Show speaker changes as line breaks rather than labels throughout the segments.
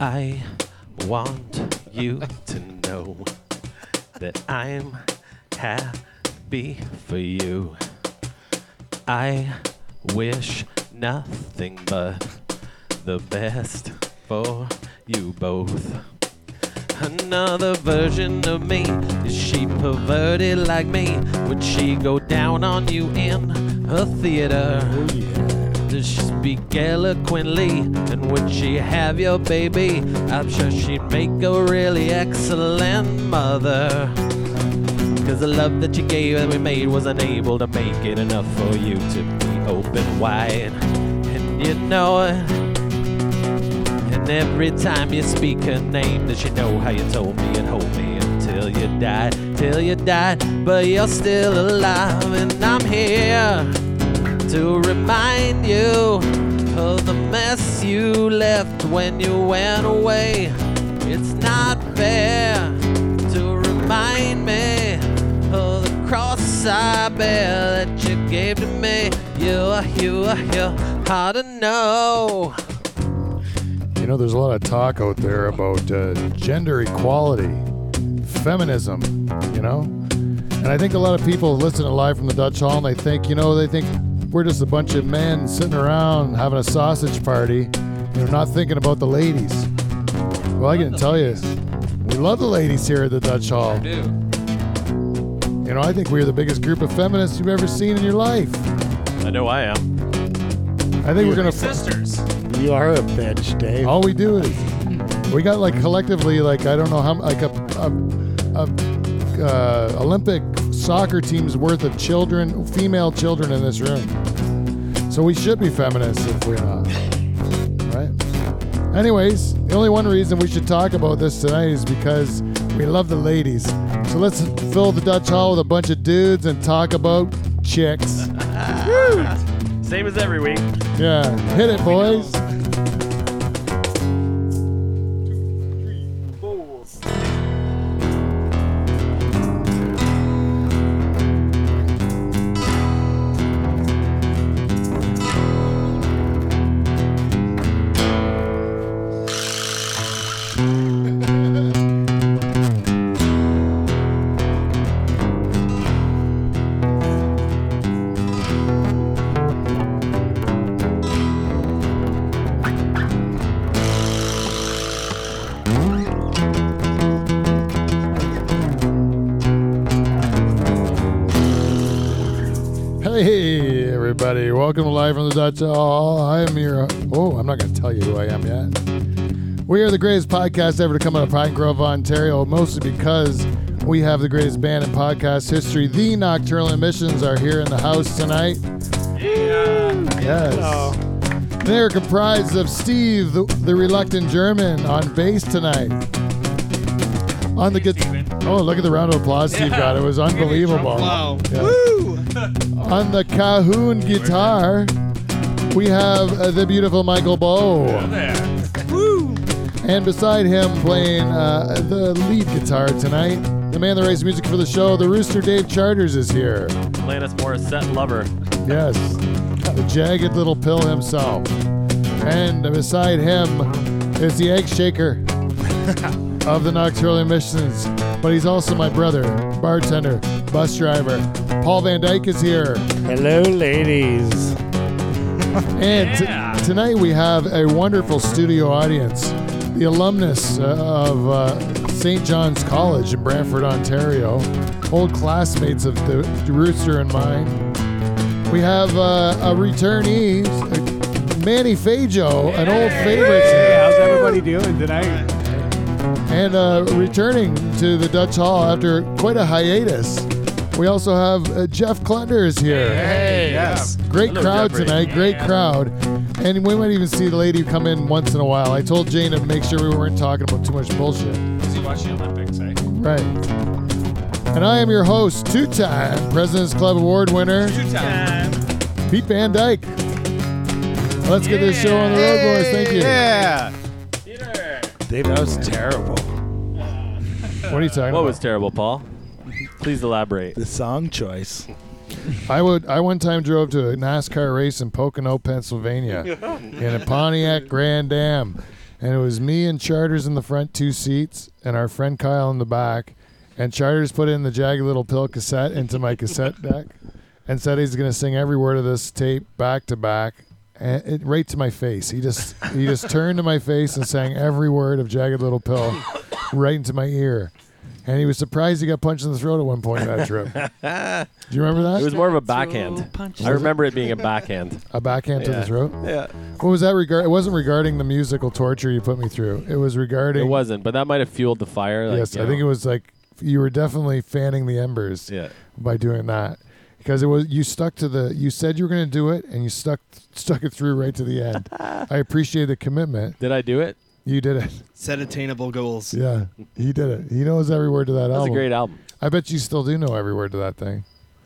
I want you to know that I'm happy for you. I wish nothing but the best for you both. Another version of me, is she perverted like me? Would she go down on you in a theater? Does she speak eloquently? And would she have your baby? I'm sure she'd make a really excellent mother. Cause the love that you gave and we made was unable to make it enough for you to be open wide. And you know it. And every time you speak her name, that you know how you told me and hold me until you die, till you die. But you're still alive, and I'm here to remind you of the mess you left when you went away. It's not fair to remind me of the cross I bear that you gave to me. You are, you are, you hard to know.
You know, there's a lot of talk out there about uh, gender equality, feminism, you know? And I think a lot of people listen to Live from the Dutch Hall and they think, you know, they think we're just a bunch of men sitting around having a sausage party, you know, not thinking about the ladies. Well, I can tell you, we love the ladies here at the Dutch Hall. You know, I think we're the biggest group of feminists you've ever seen in your life.
I know I am.
I think we're going to.
Sisters.
You are a bitch, Dave.
All we do is we got like collectively like I don't know how m- like a, a, a uh, Olympic soccer team's worth of children, female children in this room. So we should be feminists if we're not, right? Anyways, the only one reason we should talk about this tonight is because we love the ladies. So let's fill the Dutch Hall with a bunch of dudes and talk about chicks.
Same as every week.
Yeah, hit it, boys. Hey, everybody. Welcome to Live from the Dutch Hall. I am your. Oh, I'm not going to tell you who I am yet. We are the greatest podcast ever to come out of Pine Grove, Ontario, mostly because we have the greatest band in podcast history. The Nocturnal Emissions are here in the house tonight. Yes. They're comprised of Steve, the, the reluctant German, on bass tonight. On the
Steven.
guitar. Oh, look at the round of applause Steve got. It was unbelievable.
Wow.
Yeah. On the Cahoon guitar, we have uh, the beautiful Michael Bow.
There.
And beside him, playing uh, the lead guitar tonight, the man that writes music for the show, the Rooster Dave Charters, is here.
Alanis Morissette lover.
Yes, the jagged little pill himself. And beside him is the egg shaker of the Nocturnal Emissions. But he's also my brother, bartender, bus driver. Paul Van Dyke is here.
Hello, ladies.
And t-
Yeah.
tonight we have a wonderful studio audience, the alumnus uh, of uh, St. John's College in Brantford, Ontario, old classmates of the the Rooster and mine. We have uh, a returnee, uh, Manny Fajo, an old favorite,
How's everybody doing tonight?
and uh, returning to the Dutch Hall after quite a hiatus. We also have uh, Jeff Clunder is here.
Hey. Yes.
Great
Hello,
crowd
Jeffrey.
tonight. Great crowd. And we might even see the lady come in once in a while. I told Jane to make sure we weren't talking about too much bullshit.
Busy watching the Olympics, eh?
Right. And I am your host, two time President's Club Award winner,
Two times.
Pete Van Dyke. Let's get this show on the road, boys. Thank you.
Yeah.
Peter.
Dave, that was terrible.
What are you talking
What
about?
was terrible, Paul? Please elaborate.
The song choice.
I would. I one time drove to a NASCAR race in Pocono, Pennsylvania, in a Pontiac Grand Am, and it was me and Charters in the front two seats, and our friend Kyle in the back. And Charters put in the Jagged Little Pill cassette into my cassette deck, and said he's gonna sing every word of this tape back to back, and it right to my face. He just he just turned to my face and sang every word of Jagged Little Pill right into my ear. And he was surprised he got punched in the throat at one point in that trip. Do you remember that?
It was more of a backhand.
punch.
I remember it being a backhand.
a backhand to
Yeah.
the throat.
Yeah.
What was that regard? It wasn't regarding the musical torture you put me through. It was regarding.
It wasn't, but that might have fueled the fire. Like,
yes,
you
I think it
know.
was like you were definitely fanning the embers
Yeah.
by doing that because it was you stuck to the you said you were going to do it and you stuck stuck it through right to the end. I appreciate the commitment.
Did I do it?
You did it.
Set attainable goals.
Yeah, he did it. He knows every word to
That
that
was a
album.
great album.
I bet you still do know every word to that thing.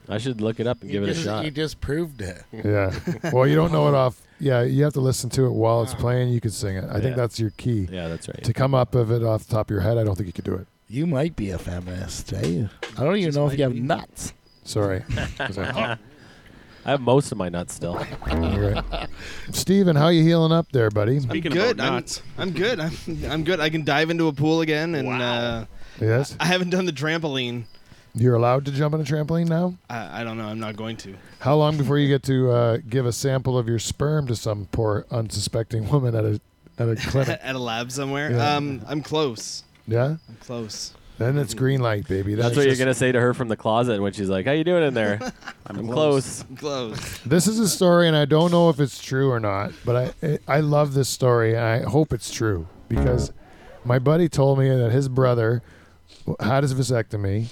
I should look it up and give it a shot.
You just proved it.
Yeah. well, you don't know it off. Yeah, you have to listen to it while it's playing. You can sing it. I
Yeah.
think that's your key.
Yeah, that's right.
To come up of it off the top of your head, I don't think you could do it.
You might be a feminist, eh? I don't even
Just
know if you
might
have
be.
nuts.
Sorry.
I have most of my nuts still.
All right. Steven, how you healing up there, buddy?
I'm
Speaking
good.
about
I'm,
nuts.
I'm good. I'm, I'm good. I can dive into a pool again, and uh,
Yes.
I haven't done the trampoline.
You're allowed to jump on a trampoline now?
I, I don't know. I'm not going to.
How long before you get to uh, give a sample of your sperm to some poor unsuspecting woman at a at a clinic?
At a lab somewhere.
Yeah.
Um, I'm close.
Yeah?
I'm close.
Then it's green light, baby.
That's what you're
just-
gonna say to her from the closet when she's like, "How you doing in there?" I'm, close.
I'm close.
This is a story, and I don't know if it's true or not, but I I love this story, and I hope it's true because my buddy told me that his brother had his vasectomy,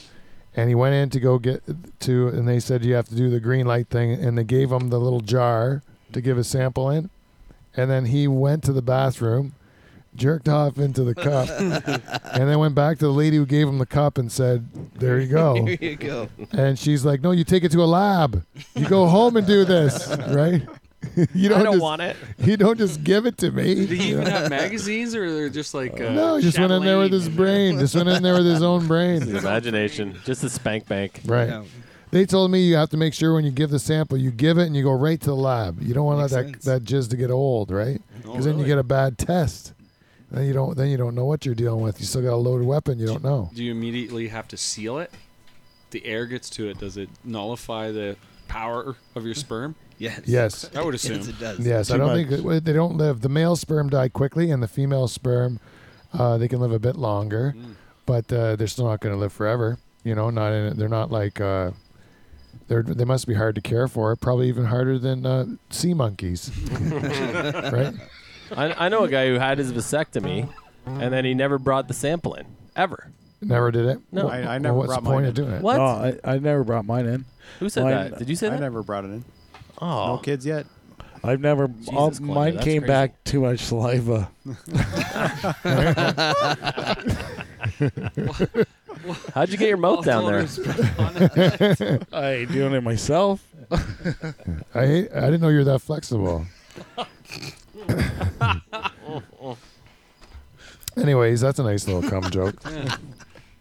and he went in to go get to, and they said you have to do the green light thing, and they gave him the little jar to give a sample in, and then he went to the bathroom, jerked off into the cup, and then went back to the lady who gave him the cup and said, "There you go."
Here you go.
And she's like, "No, you take it to a lab. You go home and do this, right? you
I don't
just,
want it.
You don't just give it to me.
Did he
you
even
know?
have magazines, or they're just like uh,
no, he just went in there with his
Chatelaine?
brain. Just went in there with his own
His
brain,
imagination, just a spank bank.
right?
Yeah.
They told me you have to make sure when you give the sample, you give it and you go right to the lab. You don't want
Makes
that
sense.
that jizz to get old, right?
Oh,
Because then you
really?
get a bad test. Then you don't. Then you don't know what you're dealing with. You still got a loaded weapon. You don't know.
Do you immediately have to seal it? The air gets to it. Does it nullify the power of your sperm?
Yes.
Yes.
I would assume.
Yes, it does.
Yes, I
Too
don't
much.
think that- well, they don't live. The male sperm die quickly, and the female sperm uh, they can live a bit longer,
Mm.
but uh, they're still not going to live forever. You know, not in, they're not like uh, they're they must be hard to care for. Probably even harder than uh, sea monkeys, right?
I, I know a guy who had his vasectomy, and then he never brought the sample in ever.
Never did it.
No.
Wh-
I- I
wh-
never
what's the
brought
point
mine
of
in.
doing it?
What?
No, I, I never brought mine in.
Who said
Mine-
that? Did you say
I
that?
never brought it in.
oh,
No kids yet.
I've never. all,
Coyne,
mine
that's
came
crazy.
back too much saliva.
how'd you get your mouth down there?
I doing it myself.
I hate, I didn't know you were that flexible. Anyways, that's a nice little cum joke.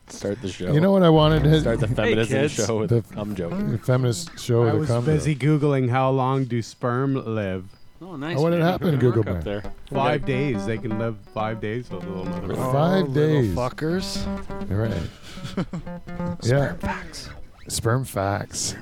Start the show.
You know what I wanted?
start the feminism
kids.
show with a
The-
cum joke.
The feminist show with
I
a
was
cum joke.
Busy googling how long do sperm live?
Oh, nice.
Oh, what had
man.
happened,
Good work
Google
up there?
Five days. They can live five days with a little mother.
Five
Oh, little
days.
fuckers.
All right. yeah. Sperm facts. Sperm facts.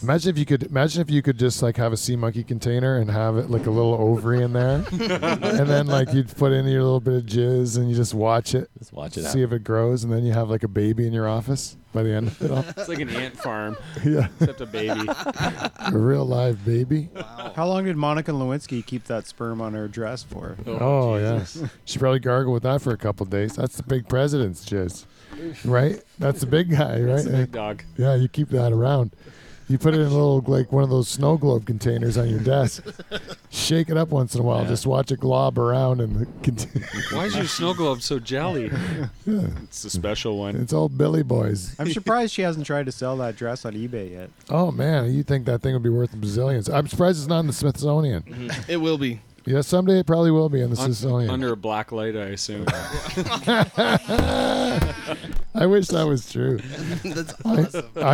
Imagine if you could imagine if you could just like have a sea monkey container and have it like a little ovary in there, and then like you'd put in your little bit of jizz and you just watch it,
Just watch it.
see
Happen.
if it grows, and then you have like a baby in your office by the end of it all.
It's like an ant farm,
yeah,
except a baby.
a real live baby.
How long did Monica Lewinsky keep that sperm on her dress for?
Oh, yes. She probably gargled with that for a couple of days. That's the big president's jizz, right? That's the big guy, right?
It's a big dog.
Yeah, you keep that around. You put it in a little like one of those snow globe containers on your desk. Shake it up once in a while. Just watch it glob around and the container.
Why is your snow globe so jelly? It's a special one.
it's all Billy Boys.
I'm surprised she hasn't tried to sell that dress on eBay yet.
Oh man, you think that thing would be worth bazillions? I'm surprised it's not in the Smithsonian.
It will be.
Yeah, someday it probably will be in the
Un-
Smithsonian.
under a black light, I assume.
I wish that was true.
That's
I,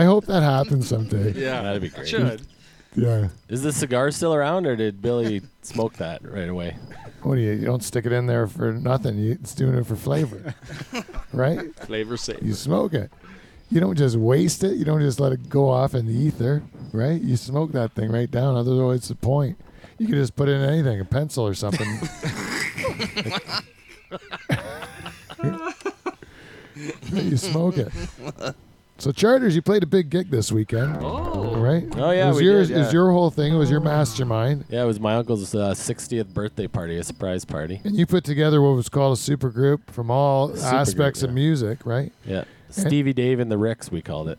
I hope that happens someday.
Yeah,
That'd be great.
Should.
Yeah.
Is this cigar still around, or did Billy smoke that right away?
What do you? You don't stick it in there for nothing. You, it's doing it for flavor, right?
Flavor safe.
You smoke it. You don't just waste it. You don't just let it go off in the ether, right? You smoke that thing right down. Otherwise, it's the point. You could just put in anything, a pencil or something. you smoke it. So, Charters, you played a big gig this weekend, right?
Oh, yeah,
It was
we
yours,
did,
it
yeah.
was your whole thing. It was your mastermind,
Yeah, it was my uncle's uh, 60th birthday party, a surprise party.
and you put together what was called a super group from all
Supergroup,
aspects of
yeah.
music, right?
Yeah, Stevie Dave and the Ricks, we called it,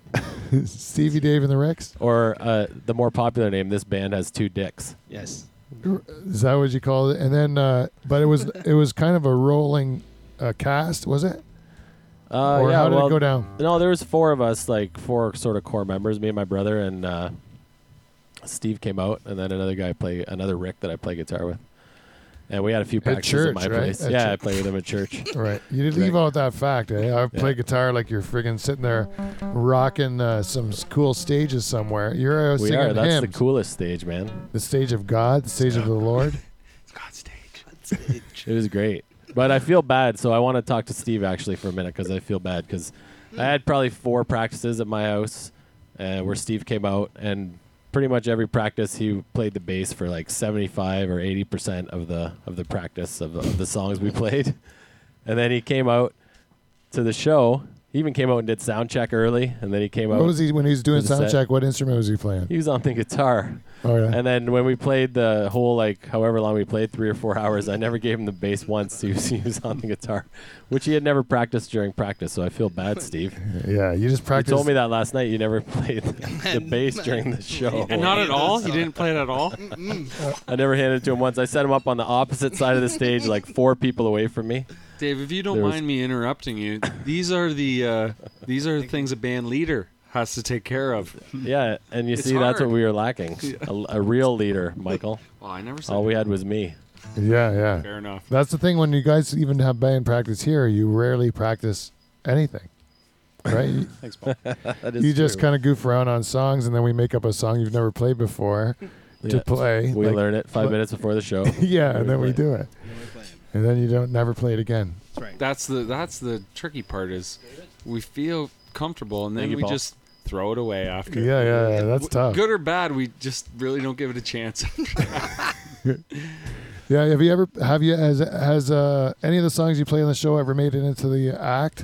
Stevie, Dave, and the Rex.
or uh, the more popular name. This band has two dicks.
Yes.
Is that what you call it? And then, uh, but it was it was kind of a rolling uh, cast, was it?
Uh,
or
yeah,
how did
well,
it go down?
No, there was four of us, like four sort of core members. Me and my brother and uh, Steve came out, and then another guy play another Rick that I play guitar with. And we had a few
At
practices
church,
at my
right?
place.
At
yeah,
chur-
I play with him at church.
Right, you did leave out that fact. Eh? I play guitar like you're friggin' sitting there rocking uh, some s- cool stages somewhere. You're uh,
we
singing
are. That's the
hymns.
coolest stage, man.
the stage of God, the stage of the Lord.
It was great, but I feel bad, so I want to talk to Steve actually for a minute because I feel bad because I had probably four practices at my house uh, where Steve came out, and pretty much every practice he played the bass for like seventy-five or eighty percent of the of the practice of, of the songs we played, and then he came out to the show. He even came out and did sound check early, and then he came out.
What was he when he was doing
Is it
sound
set?
check? What instrument was he playing?
He was on the guitar.
Oh yeah,
And then when we played the whole like however long we played three or four hours, I never gave him the bass once. He was, he was on the guitar, which he had never practiced during practice. So I feel bad, Steve.
yeah. You just
You
practice.
told me that last night. You never played the, the bass during the show.
And not at all? You didn't play it at all?
I never handed it to him once. I set him up on the opposite side of the stage, like four people away from me.
Dave, if you don't
There was-
mind me interrupting you, these are the uh, these are the things a band leader has to take care of.
Yeah, and you
It's
see, that's what
hard.
we were lacking. A, a real leader, Michael.
Oh, I never said
All we had was me.
Yeah, yeah.
fair enough.
That's the thing when you guys even have band practice here, you rarely practice anything, right? You-
Thanks, Paul.
That is
you just
true.
kind of goof around on songs, and then we make up a song you've never played before to
Yeah.
play.
We
like-
learn it five
like-
minutes before the show.
Yeah, and
we
then we
play
do it, and then you don't never play it again.
That's right.
That's the that's the tricky part is we feel comfortable and
Thank
then
you,
we
Paul.
just throw it away after.
Yeah, yeah, yeah that's
W-
tough.
Good or bad, we just really don't give it a chance.
Yeah, have you ever have you has has uh, any of the songs you play on the show ever made it into the act?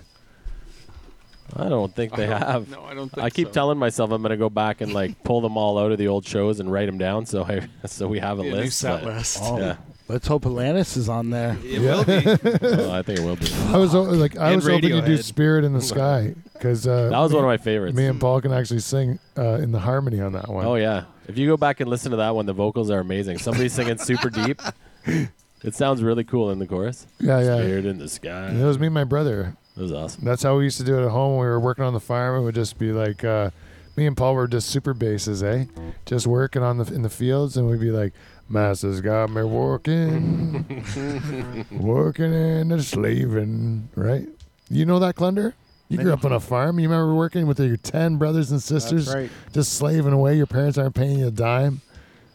I don't think they
I don't-
have.
No, I don't think
I keep
so.
telling myself I'm gonna go back and like pull them all out of the old shows and write them down so I so we have a
Yeah, new
list.
set
but-
list.
Oh,
Yeah,
Let's hope Atlantis is on there.
It will be.
Oh, I think it will be. That
I was o- like, I
And
was hoping you'd do
Radiohead.
"Spirit in the Sky" because uh,
was
me,
one of my favorites.
me and Paul can actually sing uh, in the harmony on that one.
Oh yeah, if you go back and listen to that one, the vocals are amazing. Somebody's singing super deep. It sounds really cool in the chorus.
yeah, yeah.
Spirit in the
And It
sky.
was me and my brother.
That was awesome.
That's how we used to do it at home when we were working on the farm. It would just be like uh, me and Paul were just super bases, eh? Just working on the in the fields, and we'd be like, "Masters got me working, working and a slaving." Right? You know that Clunder? You grew up on a farm. You remember working with your ten brothers and sisters,
That's right.
just slaving away. Your parents aren't paying you a dime.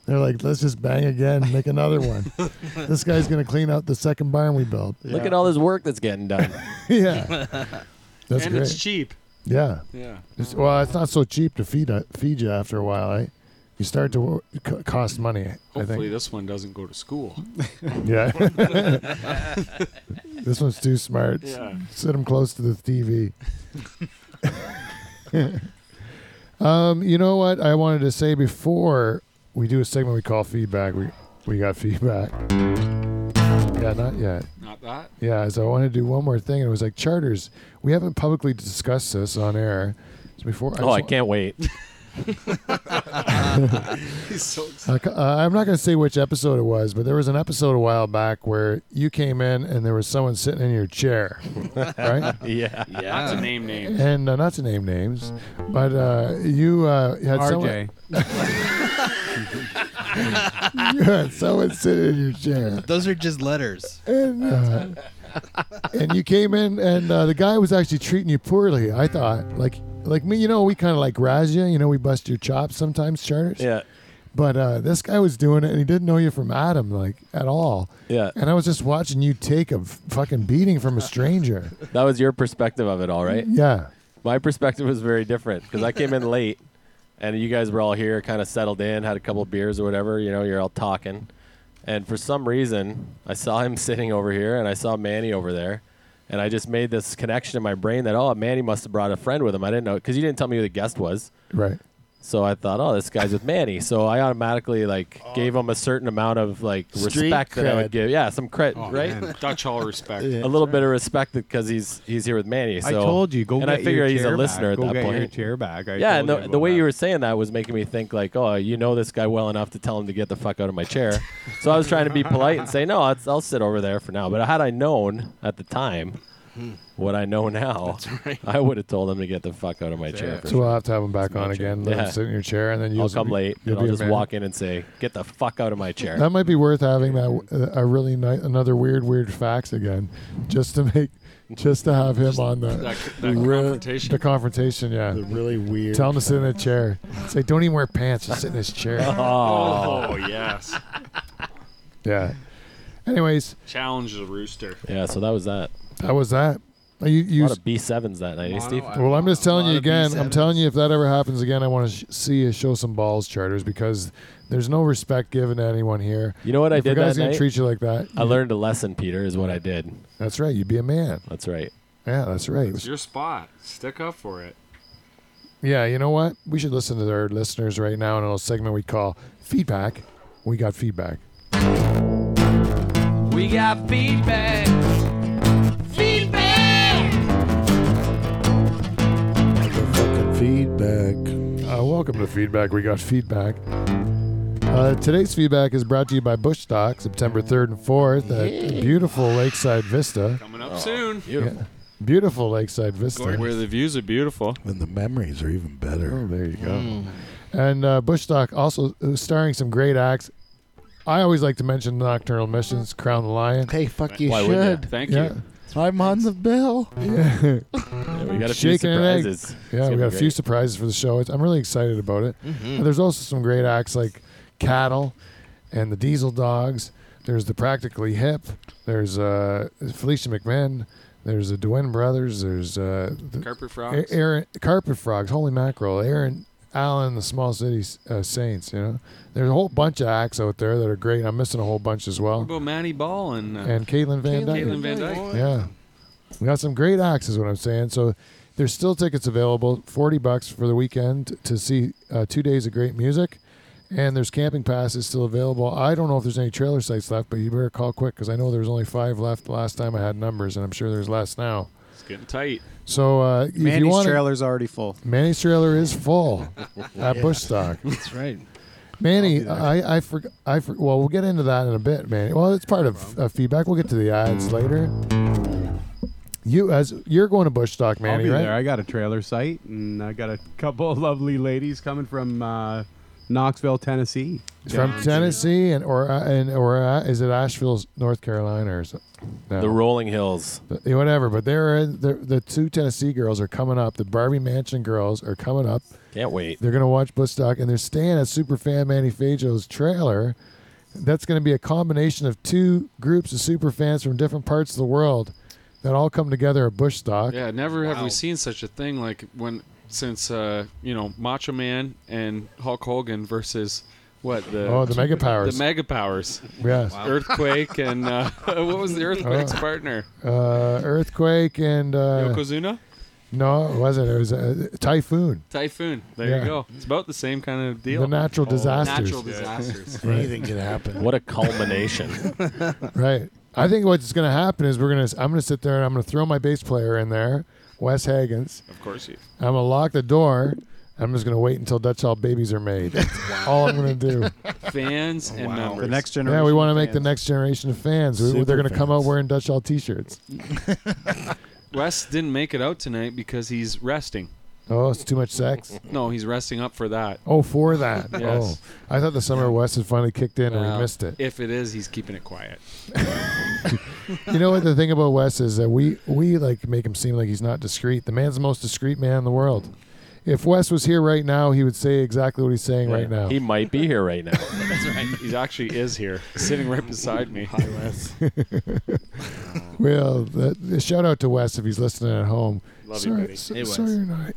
They're like, "Let's just bang again, make another one." this guy's gonna clean out the second barn we built.
Look at all this work that's getting done.
yeah. That's
and
great.
it's cheap.
yeah.
Yeah.
It's- well, it's not so cheap to feed uh, feed you after a while, right? You start to wo- co- cost money.
Hopefully
I
this one doesn't go to school.
think. Yeah. this one's too smart.
Yeah.
Sit him close to the TV. um, you know what I wanted to say before we do a segment we call feedback. We we got feedback. Yeah, not yet.
Not that.
Yeah, so I wanted to do one more thing. It was like charters. We haven't publicly discussed this on air. So before,
Oh, I
just-
can't wait.
He's so excited.
Uh, I'm not going to say which episode it was, but there was an episode a while back where you came in and there was someone sitting in your chair, right?
Yeah.
That's a
Yeah.
name name.
And uh, not to name names, but uh, you uh, had someone.
RJ.
you had someone sitting in your chair,
Those are just letters.
and uh, and you came in, and uh, the guy was actually treating you poorly. I thought, like like me, you know, we kind of like razz you, you know, we bust your chops sometimes, charters.
Yeah.
But uh, this guy was doing it, and he didn't know you from Adam, like at all.
Yeah.
And I was just watching you take a f- fucking beating from a stranger.
That was your perspective of it all, right?
yeah.
My perspective was very different because I came in late, and you guys were all here, kind of settled in, had a couple of beers or whatever. You know, you're all talking, and for some reason, I saw him sitting over here, and I saw Manny over there, and I just made this connection in my brain that oh, Manny must have brought a friend with him. I didn't know because you didn't tell me who the guest was.
Right.
So I thought, oh, this guy's with Manny. So I automatically like gave him a certain amount of like
Street
respect that I
cred.
would give. Yeah, some credit,
Oh.
right?
Dutch Hall respect.
Yeah.
A little bit of respect because he's he's here with Manny. So
I told you, go
and
get
I figure
your
he's a
chair back.
listener at
go
that
get Your
point.
chair back. I
yeah,
told
and the,
about
the way
that.
you were saying that was making me think like, oh, you know this guy well enough to tell him to get the fuck out of my chair. so I was trying to be polite and say, no, I'll, I'll sit over there for now. But had I known at the time what I know now,
right.
I would have told him to get the fuck out of my chair. For
So
sure.
we'll have to have him back on again. Let
Yeah.
him sit in your chair, and then you'll
I'll come late
you'll
and I'll
be a
just
man.
walk in and say, get the fuck out of my chair.
That might be worth having that uh, a really nice another weird weird facts again, just to make just to have him on the
That, that
Really?
confrontation.
the confrontation. Yeah,
The really weird.
tell him to sit in a chair. Say, don't even wear pants. Just sit in his chair.
Oh.
Oh yes,
yeah. Anyways,
challenge the rooster.
Yeah, so that was that.
that was that. Uh, You,
A
you
lot of B7s that night, eh, Steve?
well, I'm just telling
A
you
lot of
again. I'm
B7s.
telling you if that ever happens again, I want to sh- see you show some balls, charters, because there's no respect given to anyone here.
You know what I
if a
did
guy's
that
gonna
night?
treat you like that,
I learned a lesson, Peter, is what I did.
that's right. You'd be a man.
That's right.
Yeah, that's right.
It's your spot. Stick up for it.
Yeah, you know what? We should listen to our listeners right now in a little segment we call feedback. We got feedback.
We got feedback. Feedback.
Motherfucking feedback.
Uh, welcome to feedback. We got feedback. Uh, today's feedback is brought to you by Bush Stock, September 3rd and 4th at beautiful Lakeside Vista.
Coming up soon.
Beautiful.
Beautiful Lakeside Vista.
Where the views are beautiful.
And the memories are even better.
Oh, there you go. And uh, Bushstock also uh, starring some great acts. I always like to mention Nocturnal Missions, Crown the Lion.
Hey, fuck you
Why wouldn't
should.
you?
Thank
Yeah,
you.
I'm on the bill.
yeah,
Yeah, we got a few
Shaking an egg.
surprises. It's
yeah.
gonna be
We got a
great. Mm-hmm.
few surprises for the show. It's, I'm really excited about it. And there's also some great acts like Cattle and the Diesel Dogs. There's the Practically Hip. There's uh, Felicia McMahon. There's the Dwayne Brothers. There's uh, the
Carpet
A-
frogs.
Aaron Carpet Frogs, holy mackerel, Aaron Allen, the Small City uh, Saints. You know, there's a whole bunch of acts out there that are great. I'm missing a whole bunch as
What
well.
about Manny Ball and uh,
And Caitlin Van
Caitlin
Dyke.
Van Dyke?
Yeah, we got some great acts, is what I'm saying. So there's still tickets available, 40 bucks for the weekend to see uh, two days of great music. And there's camping passes still available. I don't know if there's any trailer sites left, but you better call quick because I know there was only five left last time I had numbers, and I'm sure there's less now.
It's getting tight.
So uh, if you
Mandy's
want to
trailer's already full.
Manny's trailer is full at Bushstock.
That's right.
Manny, I I forgot. I for, well, we'll get into that in a bit, Manny. Well, it's part of uh, feedback. We'll get to the ads later. You as you're going to Bushstock,
I'll
Manny,
be
right?
there. I got a trailer site, and I got a couple of lovely ladies coming from uh, Knoxville, Tennessee.
From Tennessee and or uh, and or uh, is it Asheville, North Carolina, or something? No.
The Rolling Hills.
Yeah, whatever. But they're, in- they're the two Tennessee girls are coming up. The Barbie Mansion girls are coming up.
Can't wait.
They're gonna watch Bloodstock, and they're staying at Superfan Manny Fajo's trailer. That's gonna be a combination of two groups of super fans from different parts of the world that all come together at Bushstock.
Yeah, never have
Wow.
we seen such a thing like when since uh, you know Macho Man and Hulk Hogan versus what the
Oh, the Mega
the
Powers.
Mega Powers,
yes.
Earthquake and uh, what was the Earthquake's
Oh.
partner?
Uh, earthquake and uh,
Yokozuna,
no, it wasn't. It was uh, typhoon.
Typhoon. There
yeah.
you go. It's about the same kind of deal. Oh,
The natural disasters.
Natural disasters.
Anything could happen.
What a culmination.
Right. I think what's going to happen is we're going to. I'm going to sit there and I'm going to throw my bass player in there, Wes Higgins.
of course, you.
I'm gonna lock the door. I'm just gonna wait until Dutch all babies are made. That's all I'm gonna do.
fans and members.
The next generation.
Yeah, we want to make the
fans.
next generation of fans. We- they're
Super
gonna come out
fans.
wearing Dutch all t-shirts.
Wes didn't make it out tonight because he's resting.
Oh, it's too much sex.
No, he's resting up for that.
Oh, for that. Oh,
Yes.
I thought the summer west had finally kicked in and
Well,
we missed it.
If it is, he's keeping it quiet.
You know what the thing about Wes is that we we like make him seem like he's not discreet. The man's the most discreet man in the world. if Wes was here right now, he would say exactly what he's saying right now.
He might be here right now.
That's right. He actually is here, sitting right beside me. Hi, Wes.
well, that, shout out to Wes if he's listening at home.
Love you,
sorry,
buddy.
so-
Hey, Wes.
sorry you're not.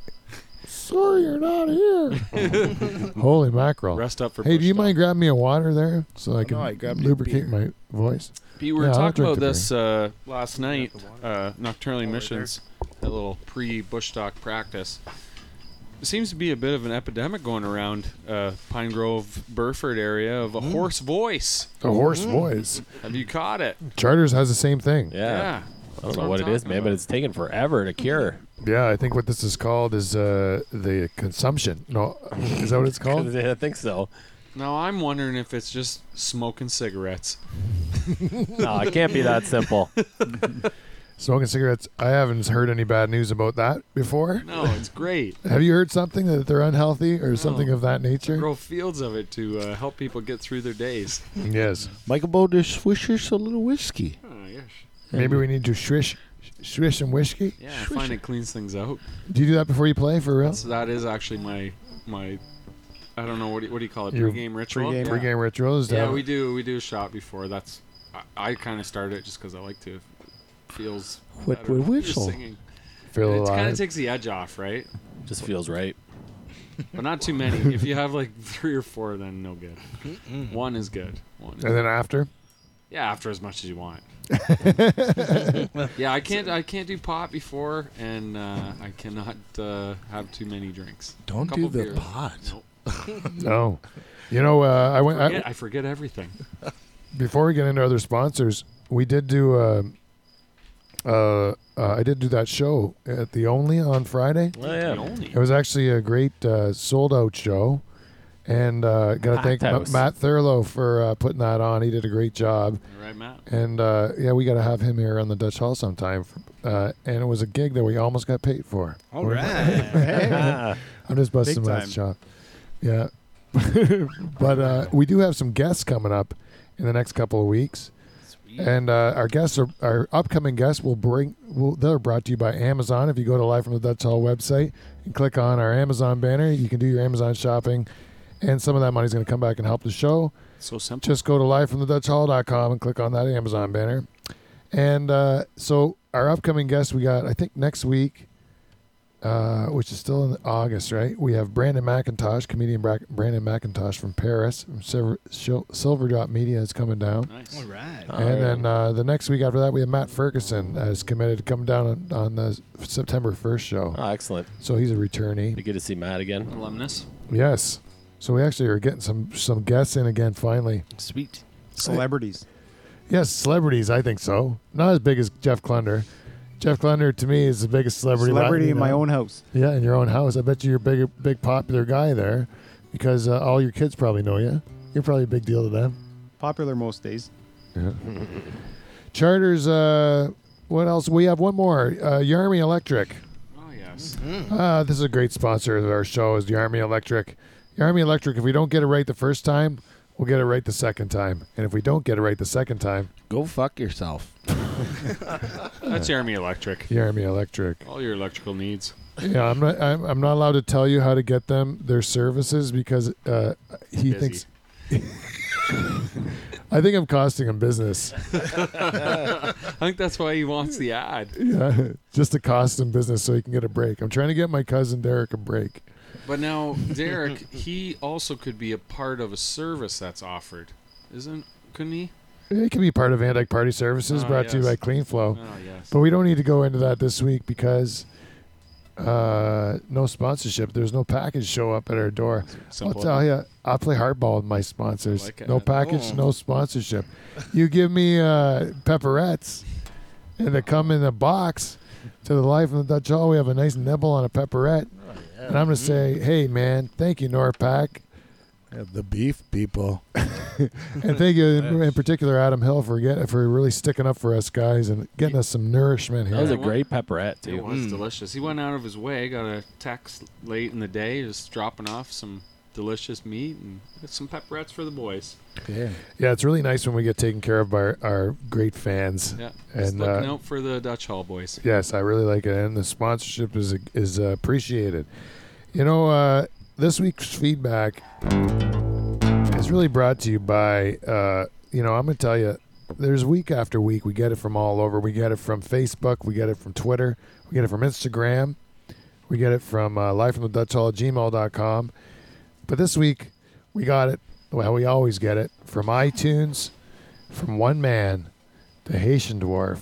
Sorry you're not here. Holy mackerel!
Rest up for
Hey, do you mind grabbing me a water there so
Oh,
I can
I grabbed me a
lubricate my voice?
We were
Yeah, I'll
talking
drink
about
the beer.
this uh, last night, uh, Nocturnal Emissions, a little pre bushstock practice. There seems to be a bit of an epidemic going around uh, Pine Grove, Burford area of a
Hmm.
hoarse voice.
A hoarse voice.
Have you caught it?
Charters has the same thing.
Yeah.
Mm-hmm. Yeah.
I don't
what
know
I'm
what it is,
talking
man, but it's taken forever to cure.
Yeah, I think what this is called is uh, the consumption. No, is that what it's called?
Oh. I think so.
Now I'm wondering if it's just smoking cigarettes.
No, it can't be that simple.
Smoking cigarettes. I haven't heard any bad news about that before.
No, it's great.
Have you heard something that they're unhealthy or something
No.
of that nature?
Grow fields of it to uh, help people get through their days.
Yes.
Michael Bode, swish us a little whiskey.
Oh, yes.
Maybe we need to swish, swish some whiskey.
Yeah, I find it cleans things out.
Do you do that before you play for real?
So that is actually my my I don't know what do you, what do you call it
Your
pre-game ritual.
pre-game-
yeah.
Pre-game rituals. to
Yeah,
have-
we do we do a shot before. That's I, I kind of started it just because I like to it feels
What
better
we
when you're
whistle.
singing.
feel
It kind
alive.
of takes the edge off, right?
Just feels right.
But not too many. if you have like three or four, then no good. One is good. One. Is
and then after,
Yeah, after as much as you want. yeah, I can't. I can't do pot before, and uh, I cannot uh, have too many drinks.
Don't do
Couple
the
beers.
pot.
Nope.
no. You know, uh, I went. I-
Forget- I forget everything.
before we get into other sponsors, we did do. Uh, uh, uh, I did do that show at the Only on Friday.
Oh, yeah.
Only.
It was actually a great uh, sold out show, and uh, got to thank Ma-
house.
Matt Thurlow for uh, putting that on. He did a great job,
All right, Matt.
and uh, yeah, we got to have him here on the Dutch Hall sometime. Uh, and it was a gig that we almost got paid for.
All right.
Ah,
I'm just busting
Big
my
time.
shop. Yeah. but uh, we do have some guests coming up in the next couple of weeks. And uh, our guests are our upcoming guests will bring. Will, they're brought to you by Amazon. If you go to Live from the Dutch Hall website and click on our Amazon banner, you can do your Amazon shopping, and some of that money is going to come back and help the show.
So simple.
Just go to livefromthedutchhall.com and click on that Amazon banner. And uh, so our upcoming guest we got, I think next week, uh, which is still in August, right? We have Brandon McIntosh, comedian Bra- Brandon McIntosh from Paris, from Silver, Shil- Silver Drop Media is coming down.
Nice.
All right.
Oh,
And then uh, the next week after that, we have Matt Ferguson as committed to come down on, on the September 1st show.
Ah.
oh, excellent.
So he's a returnee.
You get to see Matt again.
Alumnus.
Yes. So we actually are getting some some guests in again finally.
Sweet.
Celebrities.
Yes, celebrities. I think so. Not as big as Jeff Clunder. Jeff Clunder to me is the biggest celebrity.
Celebrity
Latin, you
in my
know.
own house.
Yeah, in your own house. I bet you you're a big, big popular guy there, because uh, all your kids probably know you. You're probably a big deal to them.
Popular most days.
Charters. Uh, what else? We have one more. Uh, Yarmy Electric.
Oh yes.
Uh, this is a great sponsor of our show. Is Yarmy Electric. Yarmy Electric. If we don't get it right the first time, we'll get it right the second time. And if we don't get it right the second time,
Go fuck yourself.
Mm-hmm.
That's Jeremy Electric.
Yarmy Electric.
All your electrical needs.
Yeah, I'm not. I'm, I'm not allowed to tell you how to get them their services because uh, he
Busy.
thinks. I think I'm costing him business.
I think that's why he wants the ad.
Yeah, just to cost him business so he can get a break. I'm trying to get my cousin Derek a break.
But now Derek, he also could be a part of a service that's offered, isn't? Couldn't he?
It can be part of Van Dyke Party Services,
Ah,
brought to you by
yes.
Clean Flow.
Oh yes.
But we don't need to go into that this week because uh, no sponsorship. There's no package show up at our door.
Simple.
I'll tell you, I play hardball with my sponsors.
I like it.
no package,
Cool.
no sponsorship. You give me uh, pepperettes, and they come in a box to the life of the Dutch Hall. We have a nice nibble on a pepperette, and I'm gonna say, hey man, thank you Norpac,
Have the beef, people.
and thank you in, in particular Adam Hill for get, for really sticking up for us guys and getting us some nourishment
That was
here.
a great pepperette,
It
too.
was
Mm.
delicious. He went out of his way, got a text late in the day, just dropping off some delicious meat and some pepperettes for the boys.
Yeah.
Yeah, it's really nice when we get taken care of by our, our great fans.
Yeah, just
And,
looking
uh,
out for the Dutch Hall boys.
Yes, I really like it, and the sponsorship is is uh, appreciated. You know, uh, this week's feedback is really brought to you by, uh, you know, I'm going to tell you, there's week after week, we get it from all over. We get it from Facebook, we get it from Twitter, we get it from Instagram, we get it from uh, lifefromthedutchhall at gmail.com. But this week, we got it, well, we always get it, from iTunes, from one man, the Haitian Dwarf.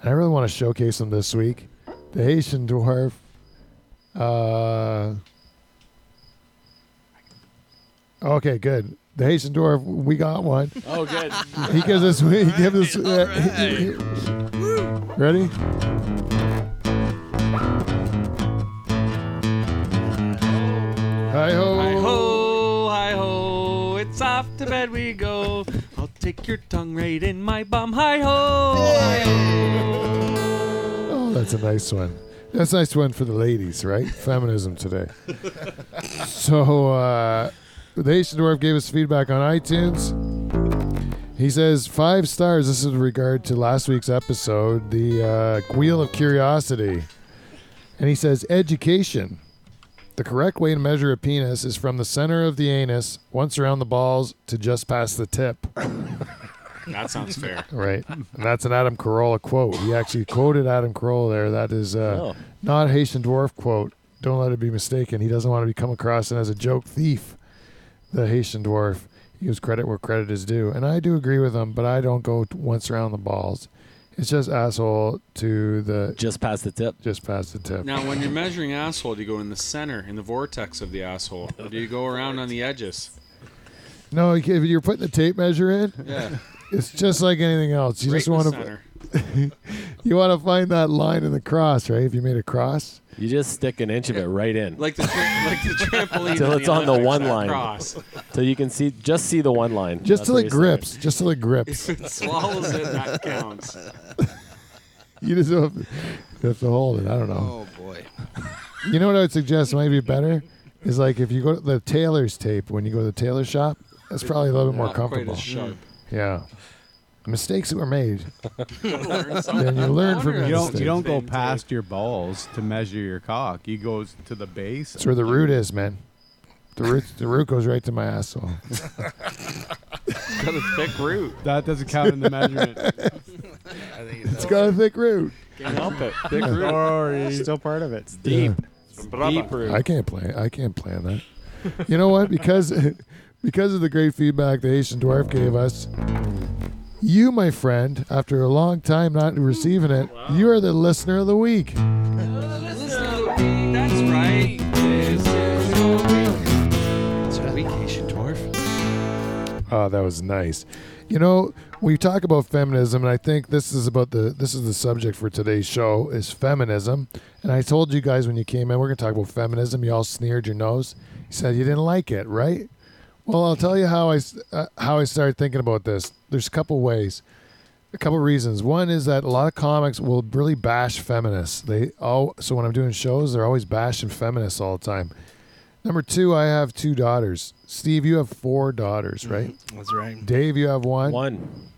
And I really want to showcase him this week. The Haitian Dwarf. Uh, okay, good. The Haitian Dwarf, we got one.
Oh, good.
He gives us. He gives us. uh, he- ready? Hi ho.
Hi ho, hi ho, it's off to bed we go. I'll take your tongue right in my bum. Hi ho, hi ho.
Oh, that's a nice one. That's a nice one for the ladies, right? Feminism today. so, uh, the Haitian Dwarf gave us feedback on iTunes. He says five stars. This is in regard to last week's episode, the uh, Wheel of Curiosity. And he says, education. The correct way to measure a penis is from the center of the anus, once around the balls, to just past the tip.
That sounds fair.
Right. And that's an Adam Carolla quote. He actually quoted Adam Carolla there. That is uh,
Oh.
not a Haitian dwarf quote. Don't let it be mistaken. He doesn't want to be come across as a joke thief. The Haitian dwarf. He gives credit where credit is due. And I do agree with him, but I don't go t- once around the balls. It's just asshole to the
Just past the tip.
just past the tip.
Now, when you're measuring asshole, do you go in the center, in the vortex of the asshole, or do you go around on the edges?
No, if you're putting the tape measure in,
Yeah,
it's just like anything else. You
right
just
in the
want to
center.
you want to find that line in the cross, right? If you made a cross.
You just stick an inch of it right in,
like the tra- like the trampoline.
Till
in
it's on the
Olympics,
one
that
line.
Cross.
so you can see just see the one line.
Just
That's
till
what
it
you're saying.
grips. Just till it grips.
If it swallows it, that counts.
you just have, you have to hold it. I don't know.
Oh boy.
You know what I would suggest might be better is like if you go to the tailor's tape when you go to the tailor shop. That's probably a little bit more
Not quite
comfortable.
as sharp.
Yeah. Mistakes that were made.
Learn something.
Then you learn from
Wonder
your
You don't,
mistakes.
you don't go
Thing,
past your balls to measure your cock. You go to the base.
That's where the root is, man. The root, the root goes right to my asshole.
It's got a thick root.
That doesn't count in the measurement.
It's got a thick root.
Can't help it. Thick root.
Sorry.
Still part of it.
Deep.
Brother.
Deep root.
I can't play. I can't plan that. You know what? Because because of the great feedback the Haitian dwarf gave us, you, my friend, after a long time not receiving it, you are the listener of the week.
That's right.
It's a vacation dwarf.
Oh, that was nice. You know, we talk about feminism, and I think this is about the this is the subject for today's show is feminism. And I told you guys when you came in, we're going to talk about feminism. You all sneered your nose. You said you didn't like it, right? Well, I'll tell you how I s- uh, how I started thinking about this. There's a couple ways, a couple reasons. One is that a lot of comics will really bash feminists. They all so when I'm doing shows, they're always bashing feminists all the time. Number two, I have two daughters. Steve, you have four daughters, right?
That's right.
Dave, you have one.
One.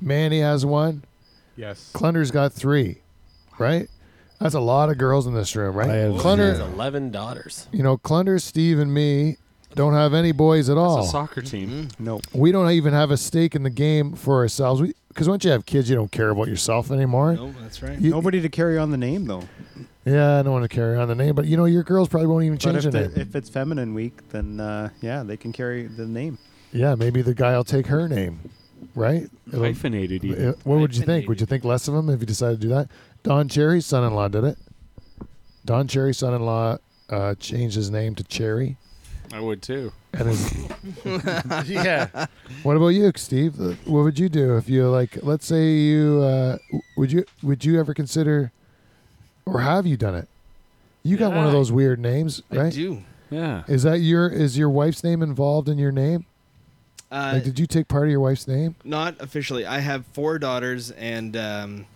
Manny has one.
Yes.
Clunder's got three, right? That's a lot of girls in this room, right?
I have
Clunder,
Has Eleven daughters.
you know, Clunder, Steve, and me don't have any boys at
Oh.
all.
It's a soccer team.
Nope.
we don't even have a stake in the game for ourselves. Because once you have kids, you don't care about yourself anymore.
No, that's right.
You-
Nobody to carry on the name though.
Yeah, I don't want to carry on the name, but you know, your girls probably won't even
But
change
if,
their
the,
name.
if it's feminine week, then uh, yeah, they can carry the name.
yeah, maybe the guy will take her name, right?
Mm-hmm.
It'll-
Hyphenated. even.
Uh, what would you think? Would you think less of him if you decided to do that? Don Cherry's son-in-law did it. Don Cherry's son-in-law uh, changed his name to Cherry.
I would too.
And his,
yeah.
what about you, Steve? Uh, What would you do if you like? Let's say you uh, w- would you would you ever consider, or have you done it? You got one of
Yeah,
those weird names,
I
right?
do.
Yeah.
Is that your is your wife's name involved in your name?
Uh,
Like, did you take part of your wife's name?
Not officially. I have four daughters, and um,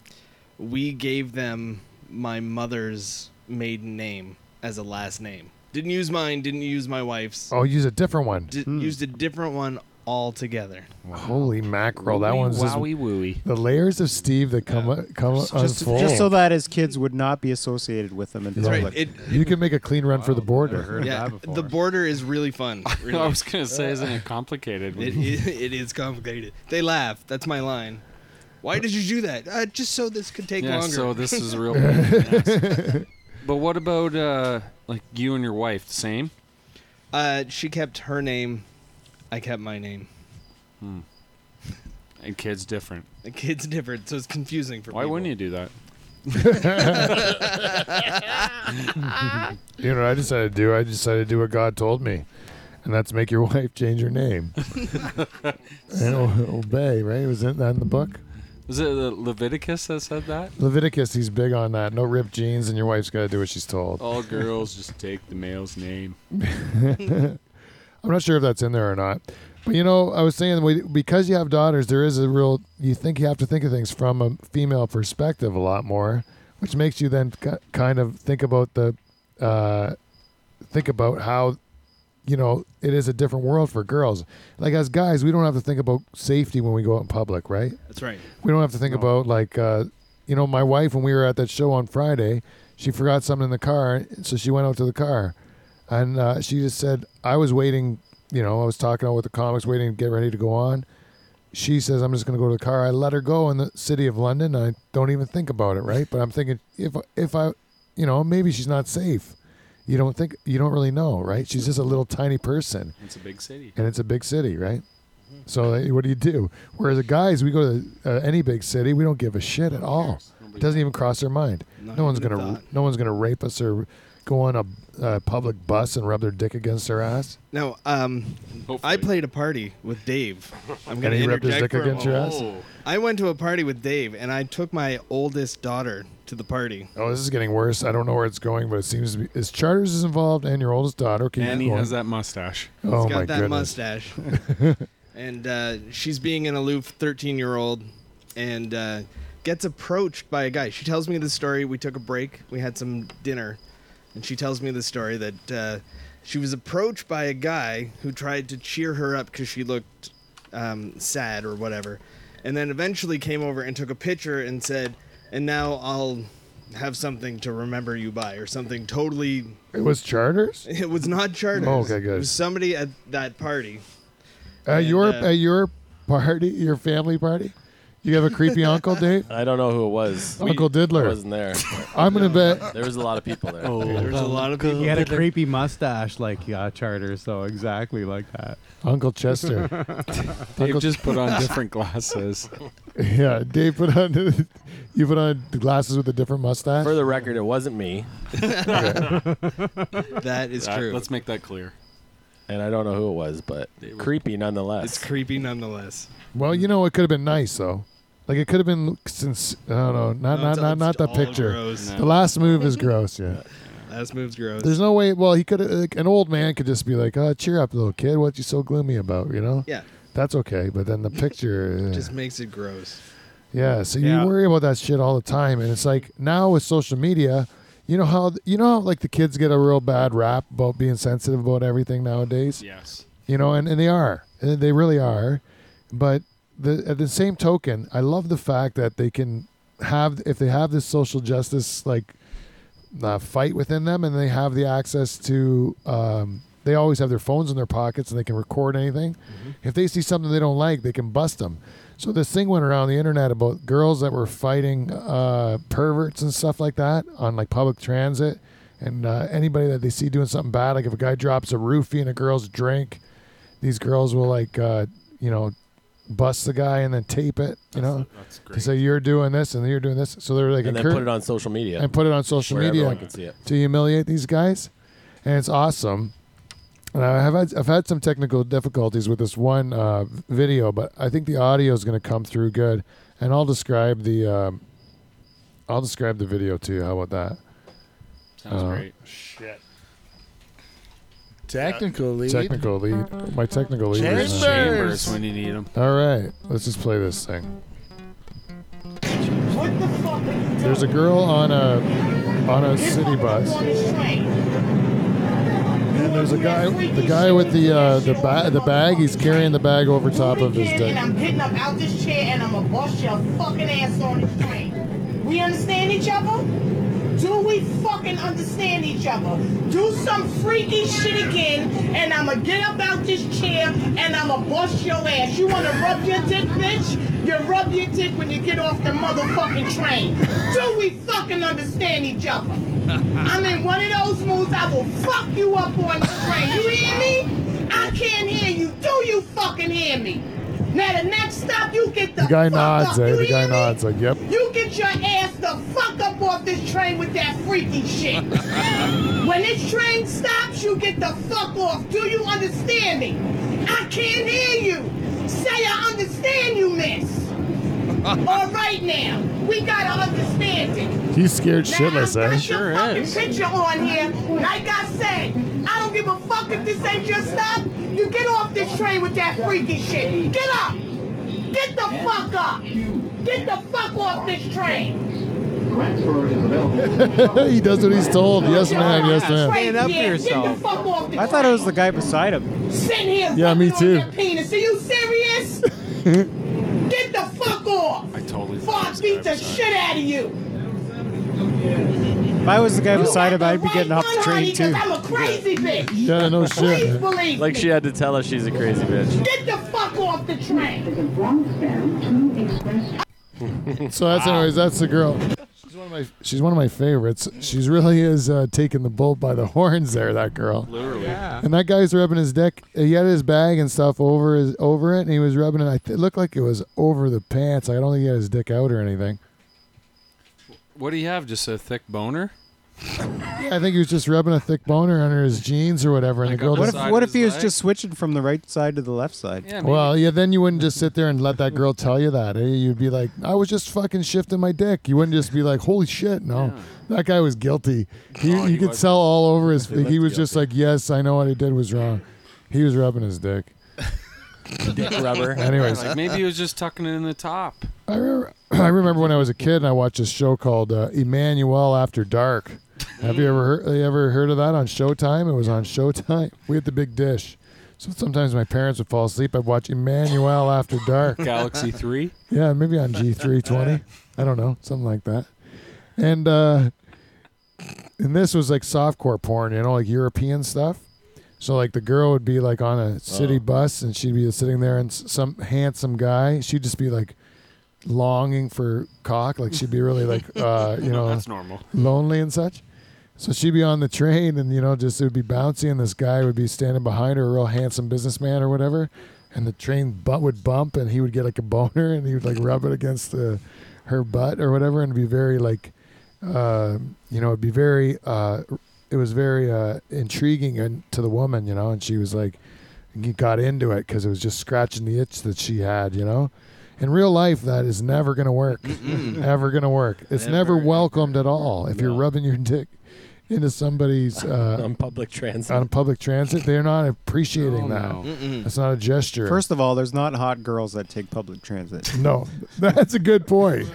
we gave them my mother's maiden name as a last name. Didn't use mine. Didn't use my wife's.
Oh, use a different one.
Di- Used a different one all together.
Holy mackerel! That
Wooey,
one's just-
wowie, wooey.
The layers of Steve that come come
Just,
unfold.
just so that his kids would not be associated with him in
Yeah.
public.
you can make a clean run for the border.
yeah, the border is really fun. really.
I was gonna say, isn't it complicated?
It, it, it is complicated. They laugh. That's my line. Why did you do that? Uh, just so this could take
yeah,
longer.
so this is real. Yes. But what about uh, like you and your wife? The same?
Uh, she kept her name. I kept my name.
Hmm. And kids different.
The kid's different, so it's confusing for
Why
people.
wouldn't you do that?
You know what I decided to do? I decided to do what God told me, and that's make your wife change her name and o- obey. Right? Was it that in the book?
Is it the Leviticus that said that?
Leviticus. He's big on that. No ripped jeans, and your wife's got to do what she's told.
All girls just take the male's name.
I'm not sure if that's in there or not. But you know, I was saying we- because you have daughters, there is a real you think you have to think of things from a female perspective a lot more, which makes you then ki- kind of think about the uh, think about how you know it is a different world for girls. Like as guys, we don't have to think about safety when we go out in public, right?
That's right.
We don't have to think about like uh, you know my wife when we were at that show on Friday, she forgot something in the car, so she went out to the car, and uh, she just said I was waiting. You know, I was talking out with the comics, waiting to get ready to go on. She says, "I'm just going to go to the car." I let her go in the city of London. I don't even think about it, right? But I'm thinking if if I, you know, maybe she's not safe. You don't think you don't really know, right? She's just a little tiny person
It's a big city.
and it's a big city, right?
Mm-hmm.
So uh, what do you do? Whereas the guys, we go to uh, any big city, we don't give a shit at all. It doesn't even cross our mind.
Not
no one's
even a
gonna,
thought.
no one's gonna rape us or go on a uh, public bus and rub their dick against their ass.
No, um, I played a party with Dave. I'm
And
going to
he rubbed his
interject
dick
for a
against your ass?
moment. I went to a party with Dave, and I took my oldest daughter to the party.
Oh, this is getting worse. I don't know where it's going, but it seems to be. Is Charters is involved and your oldest daughter? Can
and
you
he
go on?
has that mustache.
Oh
He's got
my
that
goodness.
mustache. and uh, she's being an aloof 13 year old and uh, gets approached by a guy. She tells me the story. We took a break, we had some dinner, and she tells me the story that uh, she was approached by a guy who tried to cheer her up because she looked um, sad or whatever. And then eventually came over and took a picture and said, And now I'll have something to remember you by, or something totally
It was Charters.
it was not Charters.
Oh, okay, good.
It was somebody at that party.
At
And,
your
uh,
at your party, your family party, you have a creepy uncle, Dave.
I don't know who it was.
Uncle Diddler.
I wasn't there.
I'm gonna bet
There was a lot of people there.
There's a lot of people.
He had a creepy mustache like uh, Charter, so exactly like that.
Uncle Chester.
Dave
Uncle-
just put on different glasses.
Yeah, Dave put on you put on glasses with a different mustache.
For the record, it wasn't me,
That is
That-
true.
Let's make that clear.
and I don't know who it was, but creepy nonetheless.
It's creepy nonetheless.
Well, you know, it could have been nice though. Like it could have been since I don't know, not
No,
not
it's-
not,
it's
not that
all
picture.
gross.
The last move is gross. Yeah,
Last move's gross.
there's no way. Well, he could like, an old man could just be like, "Oh, cheer up, little kid. What you so gloomy about?" You know.
Yeah.
That's okay, but then the picture. uh,
Just makes it gross.
Yeah, so
Yeah.
you worry about that shit all the time, and it's like now with social media, you know how you know how like the kids get a real bad rap about being sensitive about everything nowadays.
Yes.
You know, and, and they are, and they really are, but the at the same token, I love the fact that they can have if they have this social justice like uh, fight within them, and they have the access to. Um, they always have their phones in their pockets, and they can record anything. If they see something they don't like, they can bust them. So this thing went around the internet about girls that were fighting uh, perverts and stuff like that on like public transit, and uh, anybody that they see doing something bad, like if a guy drops a roofie in a girl's drink, these girls will like uh, you know bust the guy and then tape it. You know,
That's
to
great.
say you're doing this and you're doing this. So they're like
and then
encour-
put it on social media.
and put it on social
where
media
Everyone can see it.
to humiliate these guys, and it's awesome. And I have had, I've had some technical difficulties with this one uh, video, but I think the audio is going to come through good, and I'll describe the um, I'll describe the video to you. How about that?
Sounds
uh,
great.
Shit. Technical lead.
Technical lead, my technical lead.
Chambers.
is not-
Chambers when you need them.
All right, let's just play this thing. There's a girl on a on a city bus.
Train.
And there's a guy, the guy with the uh, the, ba- the bag. He's carrying the bag over top of his
And
dick.
I'm getting up out this chair and I'm gonna bust your fucking ass on the train. We understand each other? Do we fucking understand each other? Do some freaky shit again and I'm gonna get up out this chair and I'm gonna bust your ass. You wanna rub your dick, bitch? You rub your dick when you get off the motherfucking train. Do we fucking understand each other? I'm in one of those moods. I will fuck you up on the train. You hear me? I can't hear you. Do you fucking hear me? Now the next stop, you get the
The guy
fuck
nods,
up.
eh?
You
The guy
hear me?
nods, like, yep.
You get your ass the fuck up off this train with that freaky shit. when this train stops, you get the fuck off. Do you understand me? I can't hear you. Say I understand you, miss. All right now, we gotta understand it.
He's scared shitless, eh?
Sure Picture on here. Like I said, I don't give a fuck if this ain't your stop. You get off this train with that freaky shit. Get up. Get the fuck up. Get the fuck off this train.
he does what he's told. Yes, man. Yes,
Stand
man.
up for
Yeah, Get the
yourself.
fuck off the
I thought it was the guy beside him.
Sitting here
Yeah, me
fucking on
too.
your penis. Are you serious? Get the fuck off. I
totally.
Fuck beat the shit out of you.
If I was the guy beside him, I'd be getting off
Run,
the
honey,
train
because
too.
I'm a crazy bitch.
Yeah, no
Please believe
Like
me.
she had to tell us she's a crazy bitch.
Get the fuck off the train.
So that's anyways. That's the girl. She's one of my she's one of my favorites. She's really is uh, taking the bull by the horns there. That girl.
Literally.
And that guy's rubbing his dick. He had his bag and stuff over his over it, and he was rubbing it. I th- it looked like it was over the pants. I don't think he had his dick out or anything.
What do you have? Just a thick boner?
I think he was just rubbing a thick boner under his jeans or whatever. And the girl.
What if,
just-
what if he was just switching from the right side to the left side?
Well, yeah. Then you wouldn't just sit there and let that girl tell you that. Eh? You'd be like, "I was just fucking shifting my dick." You wouldn't just be like, "Holy shit!" No, that guy was guilty. He, you could tell all over his. He was just like, "Yes, I know what I did was wrong." He was rubbing his dick.
Dick rubber.
Anyways,
Like maybe he was just tucking it in the top.
I remember, I remember when I was a kid and I watched this show called uh, Emmanuel After Dark. Have you ever heard, you ever heard of that on Showtime? It was on Showtime. We had the big dish. So sometimes my parents would fall asleep. I'd watch Emmanuel After Dark.
Galaxy 3.
Yeah, maybe on G320. I don't know, something like that. And uh and this was like softcore porn, you know, like European stuff. So like the girl would be like on a city bus and she'd be sitting there and s- some handsome guy, she'd just be like longing for cock, like she'd be really like uh, you know,
That's normal.
lonely and such. So she'd be on the train and, you know, just it would be bouncy and this guy would be standing behind her, a real handsome businessman or whatever. And the train butt would bump and he would get like a boner and he would like rub it against the, her butt or whatever and be very like, uh, you know, it'd be very, uh, it was very uh, intriguing and to the woman, you know, and she was like, he got into it because it was just scratching the itch that she had, you know. In real life, that is never going to work. Ever going to work. It's never, welcomed at all. If you're rubbing your dick into somebody's uh,
Um,
On public transit.
on public transit, they're not
Oh,
appreciating that. That's not a gesture.
First of all, there's not hot girls that take public transit.
no, that's a good point.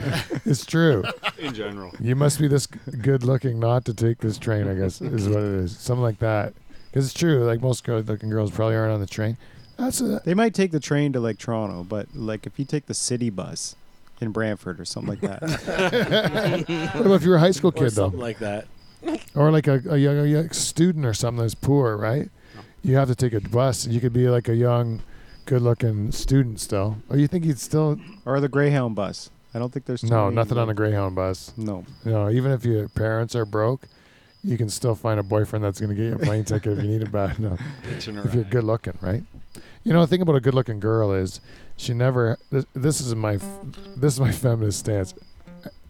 it's true.
In general.
You must be this good looking not to take this train, I guess, is what it is. Something like that. Because it's true. Like most good looking girls probably aren't on the train. That's a,
They might take the train to like Toronto, but like if you take the city bus in Brantford or something like that.
What about if you were a high school
or
kid, though?
something like that.
or like a, a young a young student or something that's poor, right? You have to take a bus. You could be like a young, good-looking student still. Or you think you'd still?
or the Greyhound bus. I don't think there's too
No,
many
nothing on a Greyhound bus.
No.
No, even if your parents are broke, you can still find a boyfriend that's going to get you a plane ticket if you need it bad enough.
Hitching a
If you're
ride.
good-looking, right? You know, the thing about a good-looking girl is she never. This, this is my, f- this is my feminist stance.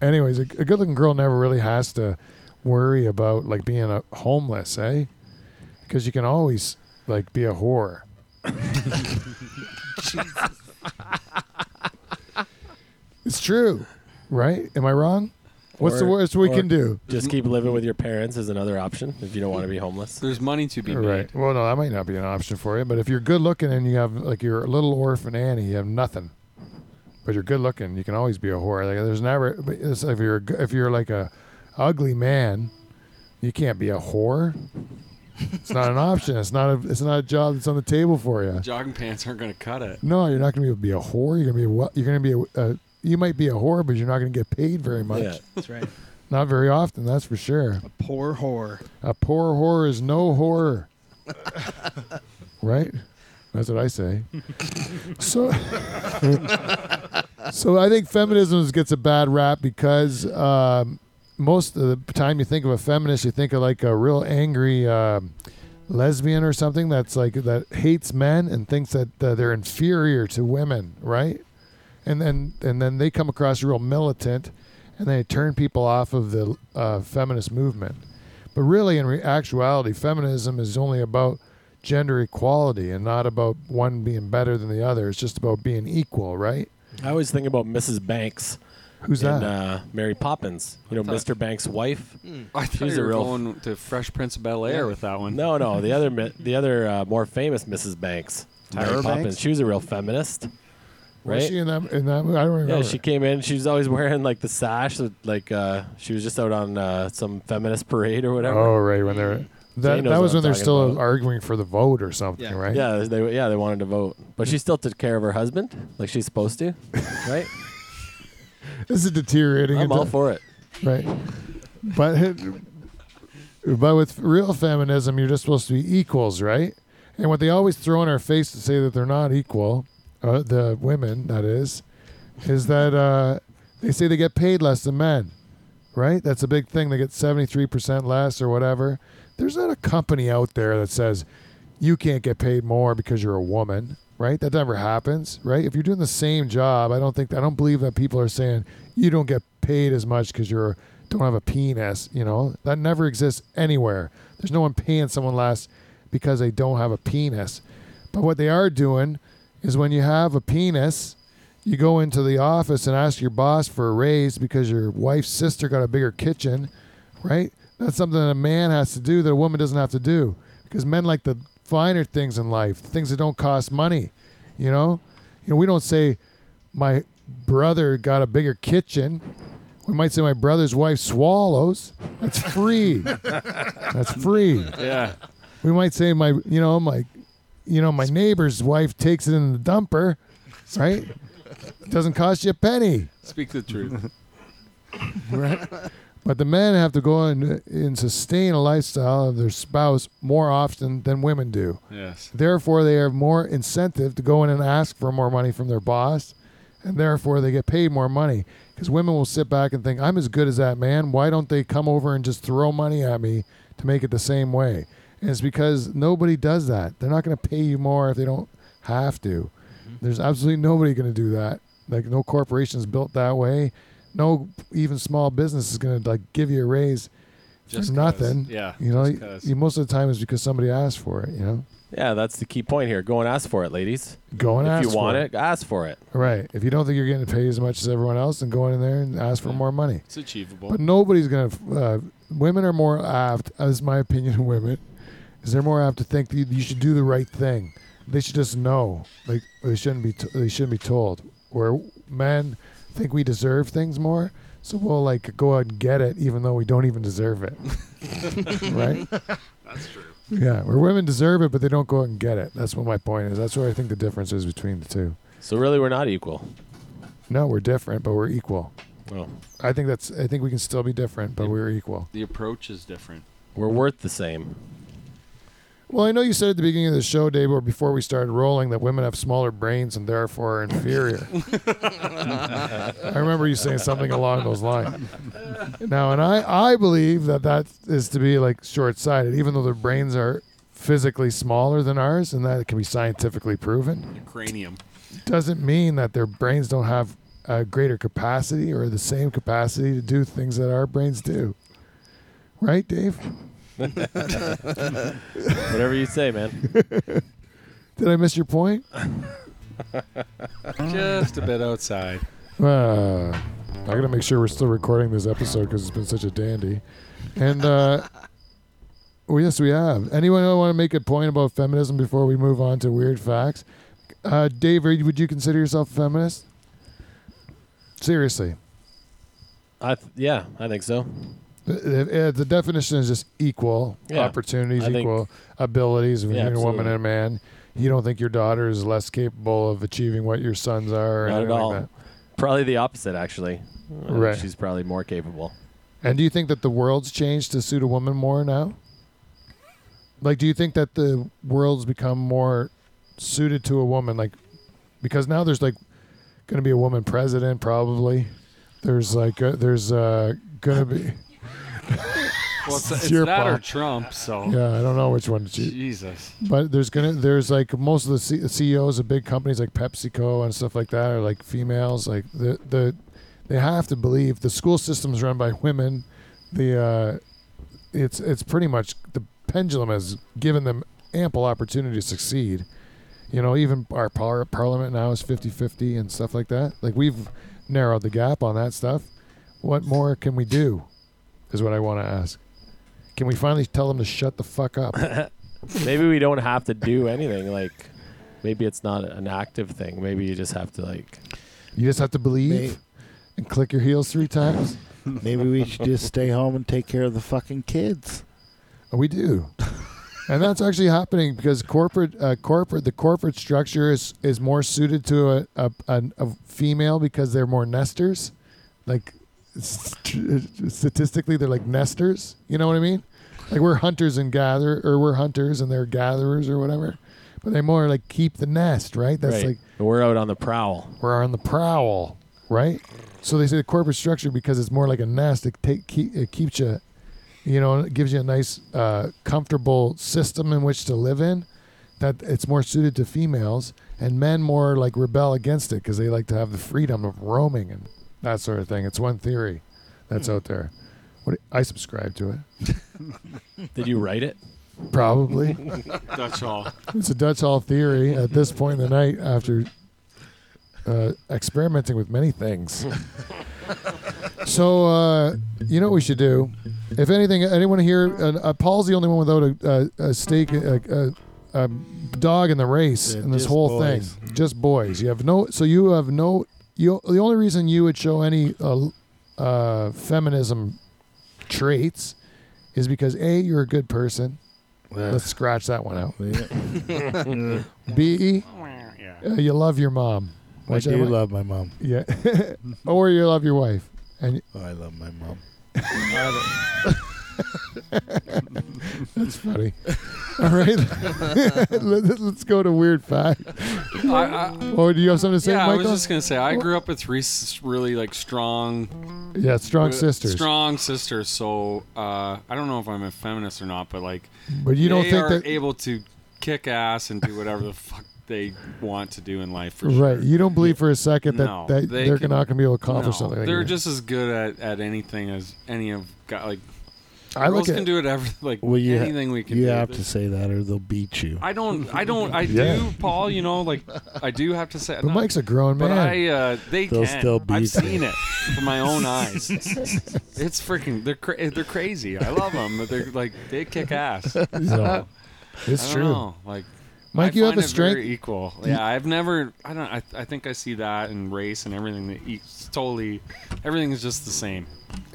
Anyways, a, a good-looking girl never really has to worry about like being a homeless, eh? Because you can always like be a whore. It's true, right? Am I wrong? What's the
Or-
worst we
or
can do?
Just keep living with your parents is another option if you don't want to be homeless.
There's money to be made.
Right. Well, no, that might not be an option for you. But if you're good looking and you have like you're a little orphan Annie, you have nothing. But you're good looking, you can always be a whore. Like there's never. But it's, if you're a g- if you're like a ugly man, you can't be a whore. It's not an option. It's not a. It's not a job that's on the table for you.
Jogging pants aren't going to cut it.
No, you're not going to be a whore. You're going to be a, wel- you're going to be a, a you might be a whore, but you're not going to get paid very much.
Yeah.
That's right.
Not very often, that's for sure.
Poor whore.
A poor whore is no horror. right? That's what I say. so So I think feminism gets a bad rap because um, most of the time you think of a feminist, you think of like a real angry um, lesbian or something that's like that hates men and thinks that uh, they're inferior to women, right? And then and then they come across real militant, and they turn people off of the uh, feminist movement. But really, in re- actuality, feminism is only about gender equality and not about one being better than the other. It's just about being equal, right?
I always think about Mrs. Banks.
Who's
in,
that?
Uh, Mary Poppins. You know,
I thought-
Mr. Banks' wife.
I thought
She's
you
a
were
real-
going to Fresh Prince of Bel Air with that one.
No, no, the other, mi- the other uh, more famous Mrs. Banks, Mary
Tyra
Poppins.
Banks?
She was a real feminist, right?
Was she in that? In that? I don't remember.
yeah, she came in. She was always wearing like the sash. with, Like uh, she was just out on uh, some feminist parade or whatever.
Oh, right when they're that, that was when they're still arguing for the vote or something, right?
Yeah, they yeah they wanted to vote, but she still took care of her husband like she's supposed to, right?
This is deteriorating.
I'm
into-
all for it.
Right. But it- but with real feminism, you're just supposed to be equals, right? And what they always throw in our face to say that they're not equal, uh, the women that is, is that uh, they say they get paid less than men, right? That's a big thing. They get 73% less or whatever. There's not a company out there that says you can't get paid more because you're a woman, right? That never happens, right? If you're doing the same job, I don't think I don't believe that people are saying you don't get paid as much because you're don't have a penis, you know? That never exists anywhere. There's no one paying someone less because they don't have a penis. But what they are doing is when you have a penis, you go into the office and ask your boss for a raise because your wife's sister got a bigger kitchen, right? That's something that a man has to do that a woman doesn't have to do because men like the finer things in life, things that don't cost money, you know? You know, we don't say my brother got a bigger kitchen. We might say my brother's wife swallows. That's free. That's free.
Yeah.
We might say my, you know, my, you know, my neighbor's wife takes it in the dumper, right? Doesn't cost you a penny,
Speak the truth.
right? But the men have to go and, and sustain a lifestyle of their spouse more often than women do.
Yes.
Therefore, they have more incentive to go in and ask for more money from their boss, and therefore they get paid more money. Because women will sit back and think, "I'm as good as that man. Why don't they come over and just throw money at me to make it the same way?" And it's because nobody does that. They're not going to pay you more if they don't have to.
Mm-hmm.
There's absolutely nobody going to do that. Like no corporation's built that way. No even small business is going to like give you a raise. for
Just 'cause.
nothing.
Yeah,
You know,
just 'cause.
you, most of the time it's because somebody asked for it, you know?
Yeah, that's the key point here. Go and ask for it, ladies.
Go and
if
ask
you want
for
it. Ask for it.
Right. If you don't think you're getting paid as much as everyone else, then go in there and ask for more money.
It's achievable.
But nobody's going to. Uh, women are more apt, as my opinion of women, is they're more apt to think that you- you should do the right thing. They should just know. Like they shouldn't be. T- they shouldn't be told. Where men think we deserve things more, so we'll like go out and get it, even though we don't even deserve it. right.
That's true.
Yeah, where women deserve it, but they don't go out and get it. That's what my point is. That's where I think the difference is between the two.
So really, we're not equal.
No, we're different, but we're equal.
Well,
I think that's. I think we can still be different, but we're equal.
The approach is different.
we're worth the same.
Well, I know you said at the beginning of the show, Dave, or before we started rolling, that women have smaller brains and therefore are inferior. I remember you saying something along those lines. Now, and I, I believe that that is to be like short-sighted, even though their brains are physically smaller than ours, and that can be scientifically proven.
The cranium.
doesn't mean that their brains don't have a greater capacity or the same capacity to do things that our brains do. Right, Dave?
Whatever you say, man.
Did I miss your point?
Just a bit outside.
Uh, I gotta make sure we're still recording this episode because it's been such a dandy. And uh, well, yes, we have. Anyone want to make a point about feminism before we move on to weird facts? Uh, Dave, are you- would you consider yourself a feminist? Seriously,
I th- yeah, I think so.
Uh, uh, The definition is just equal
Yeah.
opportunities,
I think-
equal abilities
Yeah,
between a woman
absolutely.
and a man. You don't think your daughter is less capable of achieving what your sons are? or
Not at
anything like
all.
that?
Probably the opposite, actually. Uh,
Right.
She's probably more capable.
And do you think that the world's changed to suit a woman more now? Like, do you think that the world's become more suited to a woman? Like, because now there's like going to be a woman president, probably. There's like, uh, there's uh, going to be.
Well, it's, it's
your
that or
fault.
Trump. So
Yeah, I don't know which one to choose.
Jesus.
But there's gonna there's like most of the C- CEOs of big companies like PepsiCo and stuff like that are like females. Like the the they have to believe the school system's run by women. The uh, it's it's pretty much the pendulum has given them ample opportunity to succeed. You know, even our par- parliament now is 50-50 and stuff like that. Like we've narrowed the gap on that stuff. What more can we do? Is what I want to ask. Can we finally tell them to shut the fuck up?
maybe we don't have to do anything. Like, maybe it's not an active thing. Maybe you just have to like.
You just have to believe and click your heels three times.
Maybe we should just stay home and take care of the fucking kids.
We do. and that's actually happening because corporate, uh, corporate, the corporate structure is is more suited to a a, a, a female because they're more nesters. Like st- statistically, they're like nesters. You know what I mean? Like we're hunters and gather, or we're hunters and they're gatherers or whatever. But they more like keep the nest, right? That's
right.
like
we're out on the prowl.
We're on the prowl, right? So they say the corporate structure because it's more like a nest. It, take, keep, it keeps you, you know, it gives you a nice, uh, comfortable system in which to live in. That it's more suited to females and men more like rebel against it because they like to have the freedom of roaming and that sort of thing. It's one theory that's out there. What I subscribe to it.
Did you write it?
Probably.
Dutch Hall.
It's a Dutch Hall theory at this point in the night after uh, experimenting with many things. so, uh, you know what we should do? If anything, anyone here, uh, uh, Paul's the only one without a, a, a stake, a, a, a dog in the race
Yeah,
in this
just
whole
boys.
thing. Just boys. You have no, so you have no, you, the only reason you would show any uh, uh, feminism traits is because A, you're a good person. Let's scratch that one out. B. Uh, you love your mom.
I
Which
do
wa-
love my mom.
Yeah. or you love your wife. And
Oh, I love my mom.
that's funny. All right. Let- Let's go to weird fact.
I- I-
oh, do you have something to say,
yeah, I
Michael?
was just gonna say I grew up with three s- really like strong.
Yeah, strong
uh,
sisters.
Strong sisters. So uh, I don't know if I'm a feminist or not, but like,
But you don't
they
think
are
that-
able to kick ass and do whatever the fuck they want to do in life. For sure.
right. You don't believe for a second that,
No,
that
they
they are
can-
not going to be able to accomplish
No,
something. like
They're
that.
just as good at, at anything as any of guy like.
I
girls
look
can
at-
do it every like
Well, you ha-
anything we can.
You
do.
have to say that, or they'll beat you.
I don't. I don't. I
Yeah.
do, Paul. You know, like I do have to say.
But Mike's a grown
But
man.
I. Uh, they
They'll
can.
still
I've
beat
seen
you.
it with my own eyes. it's freaking. They're cra- they're crazy. I love them. But they're like they kick ass.
Yeah. It's
I don't
true.
know, Like.
Mike,
I
you have
find
the
it very
strength-
equal. Yeah, I've never. I don't. I, I think I see that in race and everything. That eats totally, everything is just the same.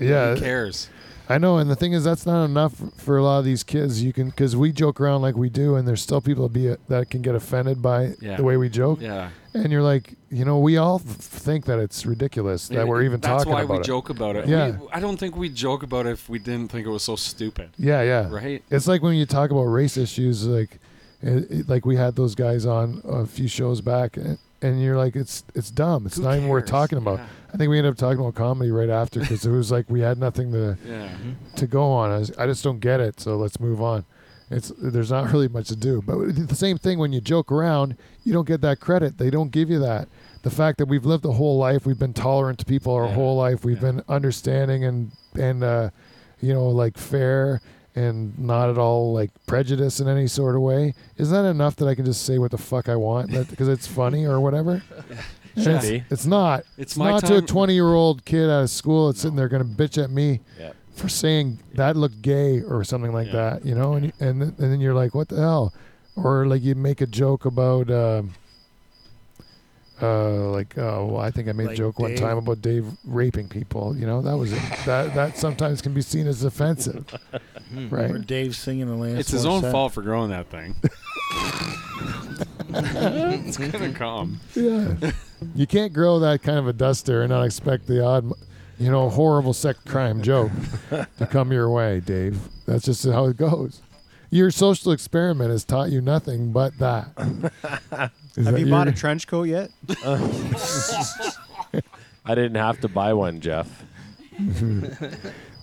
Yeah.
Who cares?
I know, and the thing is, that's not enough for a lot of these kids. You can because we joke around like we do, and there's still people that be uh, that can get offended by
Yeah.
the way we joke.
Yeah.
and you're like, you know, we all f- think that it's ridiculous that
Yeah,
we're even
that's
talking
why
about
we
it.
joke about it.
Yeah.
We- I don't think we'd joke about it if we didn't think it was so stupid.
Yeah, yeah.
Right?
It's like when you talk about race issues, like, it, it- like we had those guys on a few shows back, and, and you're like, it's it's dumb. It's not even worth talking about. I think we ended up talking about comedy right after because it was like we had nothing to
Yeah.
to go on. I, was- I just don't get it. So let's move on. It's there's not really much to do. But it's the same thing when you joke around, you don't get that credit. They don't give you that. The fact that we've lived a whole life, we've been tolerant to people our whole life, we've been understanding and and uh, you know like fair and not at all like prejudice in any sort of way. Is that enough that I can just say what the fuck I want because it's funny or whatever? And
Should
it's,
be.
it's not.
It's
It's,
my
not to a
time-
20 year old kid out of school that's sitting there going to bitch at me
Yeah.
for saying that looked gay or something like that, you know? And, you- and, th- and then you're like, what the hell? Or like you make a joke about, um, uh, like oh, well, I think I made a
Like
joke one
Dave.
time about Dave raping people. You know, that was that that sometimes can be seen as offensive, right?
Or Dave singing the last
It's his
one
own
set.
fault for growing that thing. it's gonna come.
Yeah. you can't grow that kind of a duster and not expect the odd, you know, horrible sex crime joke to come your way, Dave. That's just how it goes. Your social experiment has taught you nothing but that. Is
Have
that
you bought a
your-
trench coat yet?
I didn't have to buy one, Jeff.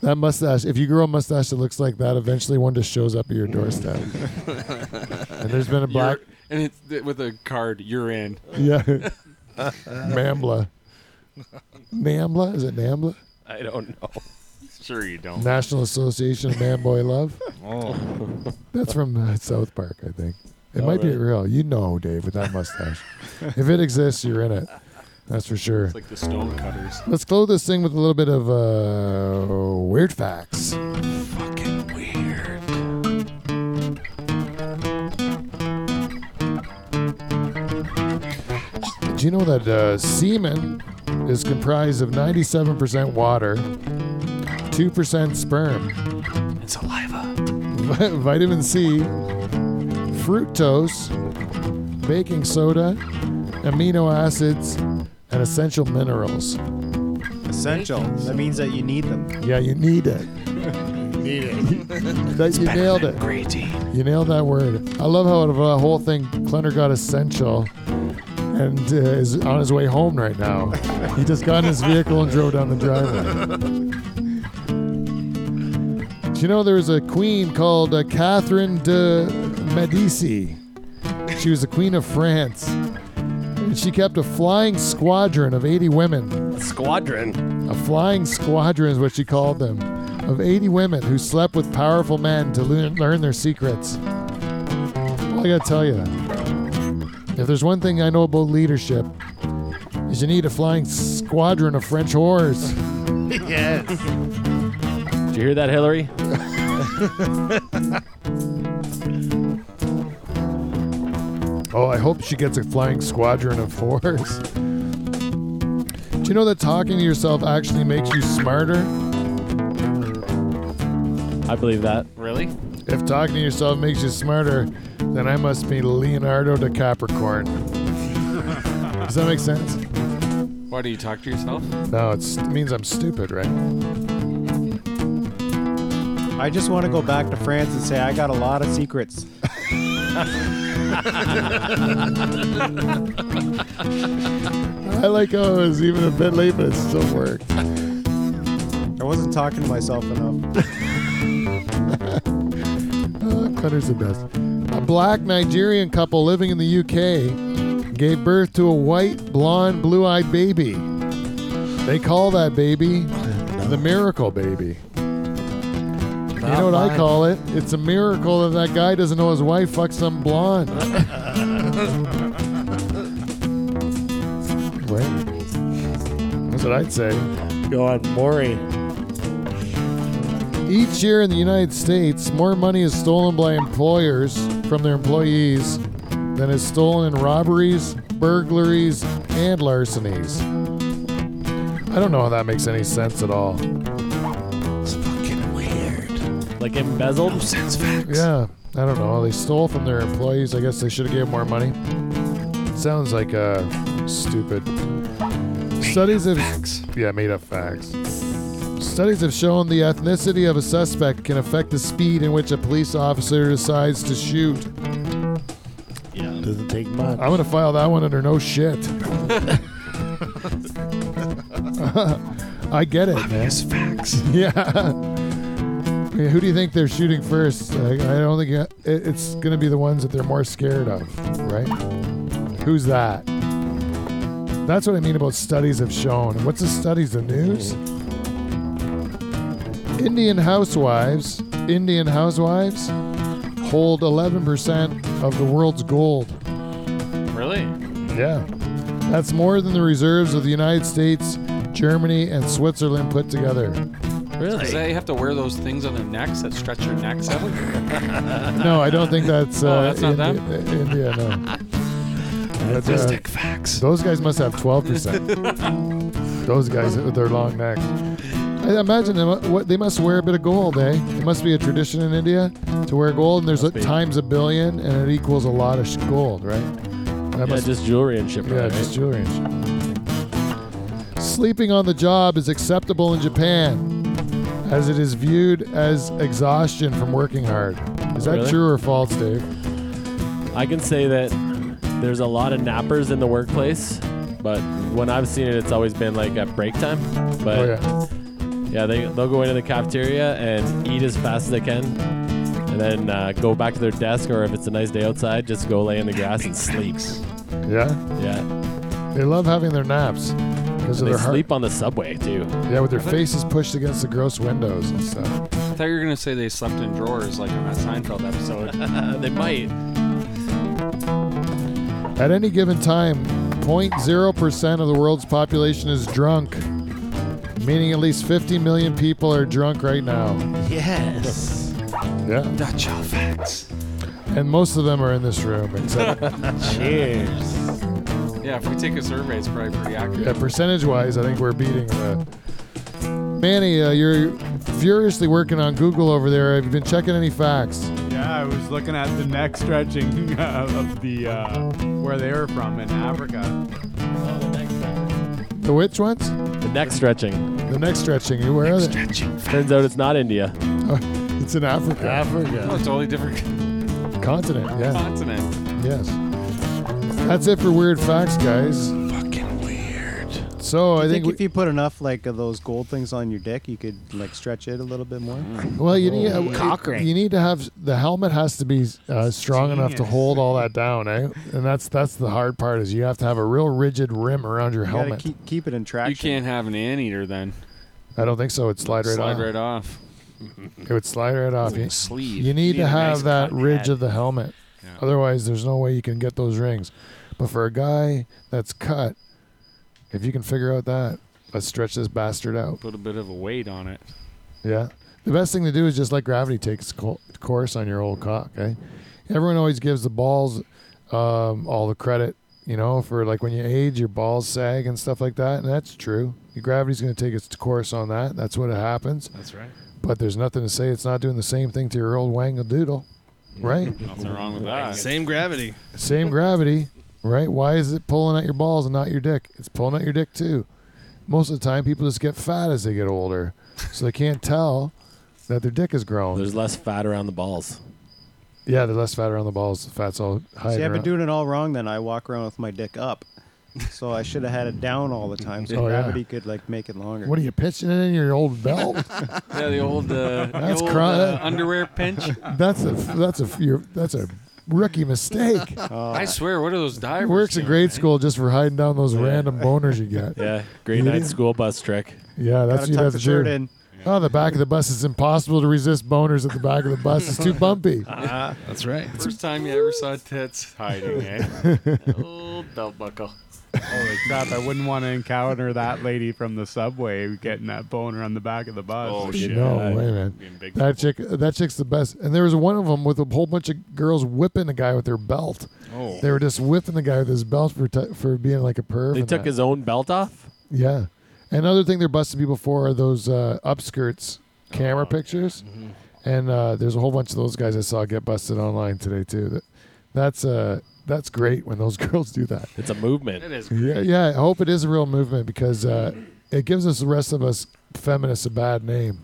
that mustache? If you grow a mustache that looks like that, eventually one just shows up at your doorstep. and there's been a black,
You're- and it's th- with a card. You're in.
yeah, Mambla, Nambla is it Nambla?
I
Oh,
don't know. Sure you don't.
National Association of Man Boy Love.
Oh.
That's from uh, South Park, I think. It
Oh,
might be
really?
real. You know, Dave, with that mustache. if it exists, you're in it. That's for sure.
It's like the stone cutters.
Let's close this thing with a little bit of uh, weird facts. Do you know that uh, semen is comprised of 97% water, 2% sperm,
It's saliva.
vi- vitamin C, fructose, baking soda, amino acids, and essential minerals.
Essential. That means that you need them.
Yeah, you need it.
Need it.
That, you nailed it. You nailed that word. I love how out of the whole thing, Clenner got essential and uh, is on his way home right now. he just got in his vehicle and drove down the driveway. Do you know there was a queen called uh, Catherine de Medici? She was the queen of France. And she kept a flying squadron of 80 women.
Squadron.
A flying squadron is what she called them, of 80 women who slept with powerful men to learn, learn their secrets. Well, I gotta tell you, if there's one thing I know about leadership, is you need a flying squadron of French whores.
yes.
Did you hear that, Hillary?
Oh, I hope she gets a flying squadron of whores. Do you know that talking to yourself actually makes you smarter?
I believe that.
Really?
If talking to yourself makes you smarter, then I must be Leonardo da Capricorn. Does that make sense?
Why do you talk to yourself?
No, it's, it means I'm stupid, right?
I just want to go back to France and say I got a lot of secrets.
I like how it was even a bit late, but it still worked.
I wasn't talking to myself enough.
Uh, Cutter's the best. A black Nigerian couple living in the UK gave birth to a white, blonde, blue eyed baby. They call that baby the miracle baby. You know what I call it? It's a miracle that that guy doesn't know his wife fucks some blonde. right? That's what I'd say.
Go on, Maury.
Each year in the United States, more money is stolen by employers from their employees than is stolen in robberies, burglaries, and larcenies. I don't know how that makes any sense at all.
Like embezzled?
Yeah, I don't know. They stole from their employees. I guess they should have gave more money. Sounds like uh, stupid. Studies have yeah made up facts. Studies have shown the ethnicity of a suspect can affect the speed in which a police officer decides to shoot.
Yeah. Doesn't take
I'm
much.
gonna file that one under no shit. I get it, man. facts. Yeah. I mean, who do you think they're shooting first? I, I don't think it, it's gonna be the ones that they're more scared of, right? Who's that? That's what I mean about studies have shown. And What's the studies? The news? Indian housewives, Indian housewives hold 11% of the world's gold.
Really?
Yeah. That's more than the reserves of the United States, Germany, and Switzerland put together.
Really? Does they have to wear those things on their necks that stretch your necks out?
No, I don't think that's, uh,
Oh, that's not
Indi- India, no. But, uh,
Fistic facts.
Those guys must have 12%. those guys with their long necks. I imagine they mu- what they must wear a bit of gold, eh? It must be a tradition in India to wear gold, and there's a,
Must be.
times a billion, and it equals a lot of sh- gold, right? That
Yeah,
must-
just jewelry and shit.
Yeah,
right?
just jewelry. And shit. Sleeping on the job is acceptable in Japan, as it is viewed as exhaustion from working hard. Is that
Really?
true or false, Dave?
I can say that there's a lot of nappers in the workplace, but when I've seen it, it's always been like at break time. But
Oh,
yeah, they they'll go into the cafeteria and eat as fast as they can, and then uh, go back to their desk, or if it's a nice day outside, just go lay in the grass and sleep.
Yeah,
Yeah,
they love having their naps because
and they
of their heart.
sleep on the subway too.
Yeah, with their faces pushed against the gross windows and stuff.
I thought you were gonna say they slept in drawers like on that Seinfeld episode.
Uh, they might.
At any given time, 0.0% of the world's population is drunk, meaning at least 50 million people are drunk right now.
Yes.
Yeah.
Dutch facts.
And most of them are in this room, except
Cheers. Yeah, if we take a survey, it's probably pretty accurate.
yeah, percentage-wise, I think we're beating the. Manny, uh, you're furiously working on Google over there. Have you been checking any facts?
Yeah, I was looking at the neck stretching uh, of the uh, where they were from in Africa.
The which ones?
The neck stretching.
The neck stretching. You where are they?
Turns out it's not India.
It's in Africa.
Oh,
Africa.
totally different
Continent. Yeah.
continent.
Yes. That's it for weird facts, guys.
Fucking
weird. So I
I
think,
think,
we,
if you put enough like of those gold things on your dick, you could like stretch it a little bit more.
well, you need
Oh.
uh, you need to have the helmet has to be uh, strong enough to
Genius.
hold all that down, eh? And that's that's the hard part is you have to have a real rigid rim around your
You gotta
helmet.
keep, keep it in
You
traction.
can't have an anteater then.
I don't think so. It'd slide right
Slide
off.
right off.
It would slide right off. You,
sleeve.
you need
You need
to
a
have
nice
that
cut
ridge
head.
of the helmet.
Yeah.
Otherwise, there's no way you can get those rings. But for a guy that's cut, if you can figure out that, let's stretch this bastard out.
Put a bit of a weight on it.
Yeah. The best thing to do is just let gravity take its co- course on your old cock. Eh? Everyone always gives the balls um, all the credit, you know, for like when you age, your balls sag and stuff like that. And that's true. Your gravity's going to take its course on that. That's what it happens.
That's right.
But there's nothing to say it's not doing the same thing to your old wangle doodle, right?
Nothing wrong with that.
Same gravity.
same gravity, right? Why is it pulling at your balls and not your dick? It's pulling at your dick too. Most of the time, people just get fat as they get older, so they can't tell that their dick has grown.
There's less fat around the balls.
yeah, they're less fat around the balls. The fat's all high.
See, I've been doing it all wrong. Then I walk around with my dick up, so I should have had it down all the time, so
Oh, yeah.
gravity could like make it longer.
What are you pitching it in your old belt?
Yeah, the old, uh, the
That's
old,
cra-
uh, underwear pinch.
that's a that's a you're, that's a rookie mistake.
I swear, what are those divers?
Uh, Works in
doing?
grade school just for hiding down those random boners you get.
Yeah, grade
You
nine
didn't-
school bus trick.
Yeah, that's
Gotta
you
tuck
have
the
to
shirt
do.
in.
Oh, the back of the bus is impossible to resist boners at the back of the bus. It's too bumpy.
Ah,
That's right.
First time you ever saw tits hiding, eh? old belt buckle.
Holy crap! I wouldn't want to encounter that lady from the subway getting that boner on the back of the bus.
Oh,
You
shit.
know,
Yeah,
wait a
I'd
minute.
be in big
That chick, that chick's the best. And there was one of them with a whole bunch of girls whipping a guy with their belt.
Oh.
They were just whipping the guy with his belt for t- for being like a perv.
They
and
took
that.
his own belt off.
yeah. Another thing they're busting people for are those uh, upskirts camera pictures, and uh, there's a whole bunch of those guys I saw get busted online today too. That that's uh that's great when those girls do that.
It's a movement.
It is.
Yeah, yeah. I hope it is a real movement because uh, it gives us the rest of us feminists a bad name.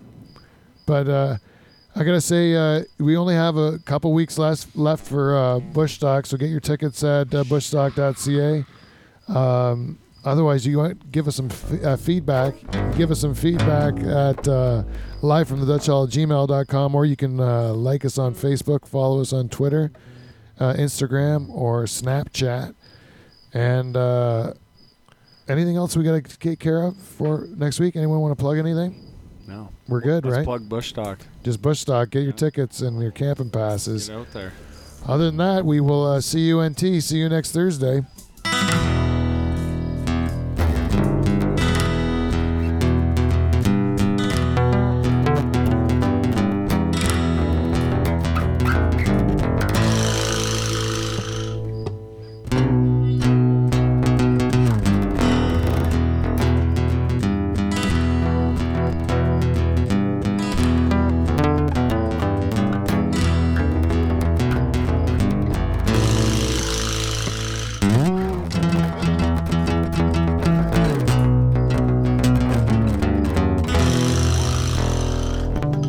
But uh, I gotta say, uh, we only have a couple weeks left left for uh, Bush Stock, so get your tickets at uh, bushstock.ca. Um, otherwise, you want give us some f- uh, feedback. Give us some feedback at uh, live from the Dutch Hall at gmail.com, or you can uh, like us on Facebook, follow us on Twitter, uh, Instagram, or Snapchat. And uh, anything else we got to take care of for next week? Anyone want to plug anything?
No.
We're good,
Let's
right?
plug Bush Talk.
Just bush stock. Get your tickets and your camping passes.
Get out there.
Other than that, we will uh, see you NT. See you next Thursday.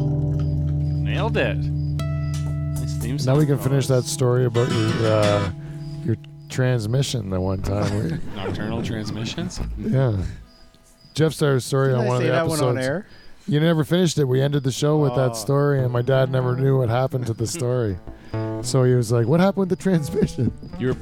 nailed it. Nice theme
Now we
song.
can finish that story about your uh, your transmission the one time.
Nocturnal transmissions.
We- yeah. Jeff started a story
Didn't
on
I
one
say
of the
that
episodes.
one on air? Oh.
You never finished it. We ended the show with that story, and my dad never knew what happened to the story. so he was like, "What happened with the transmission?"
You were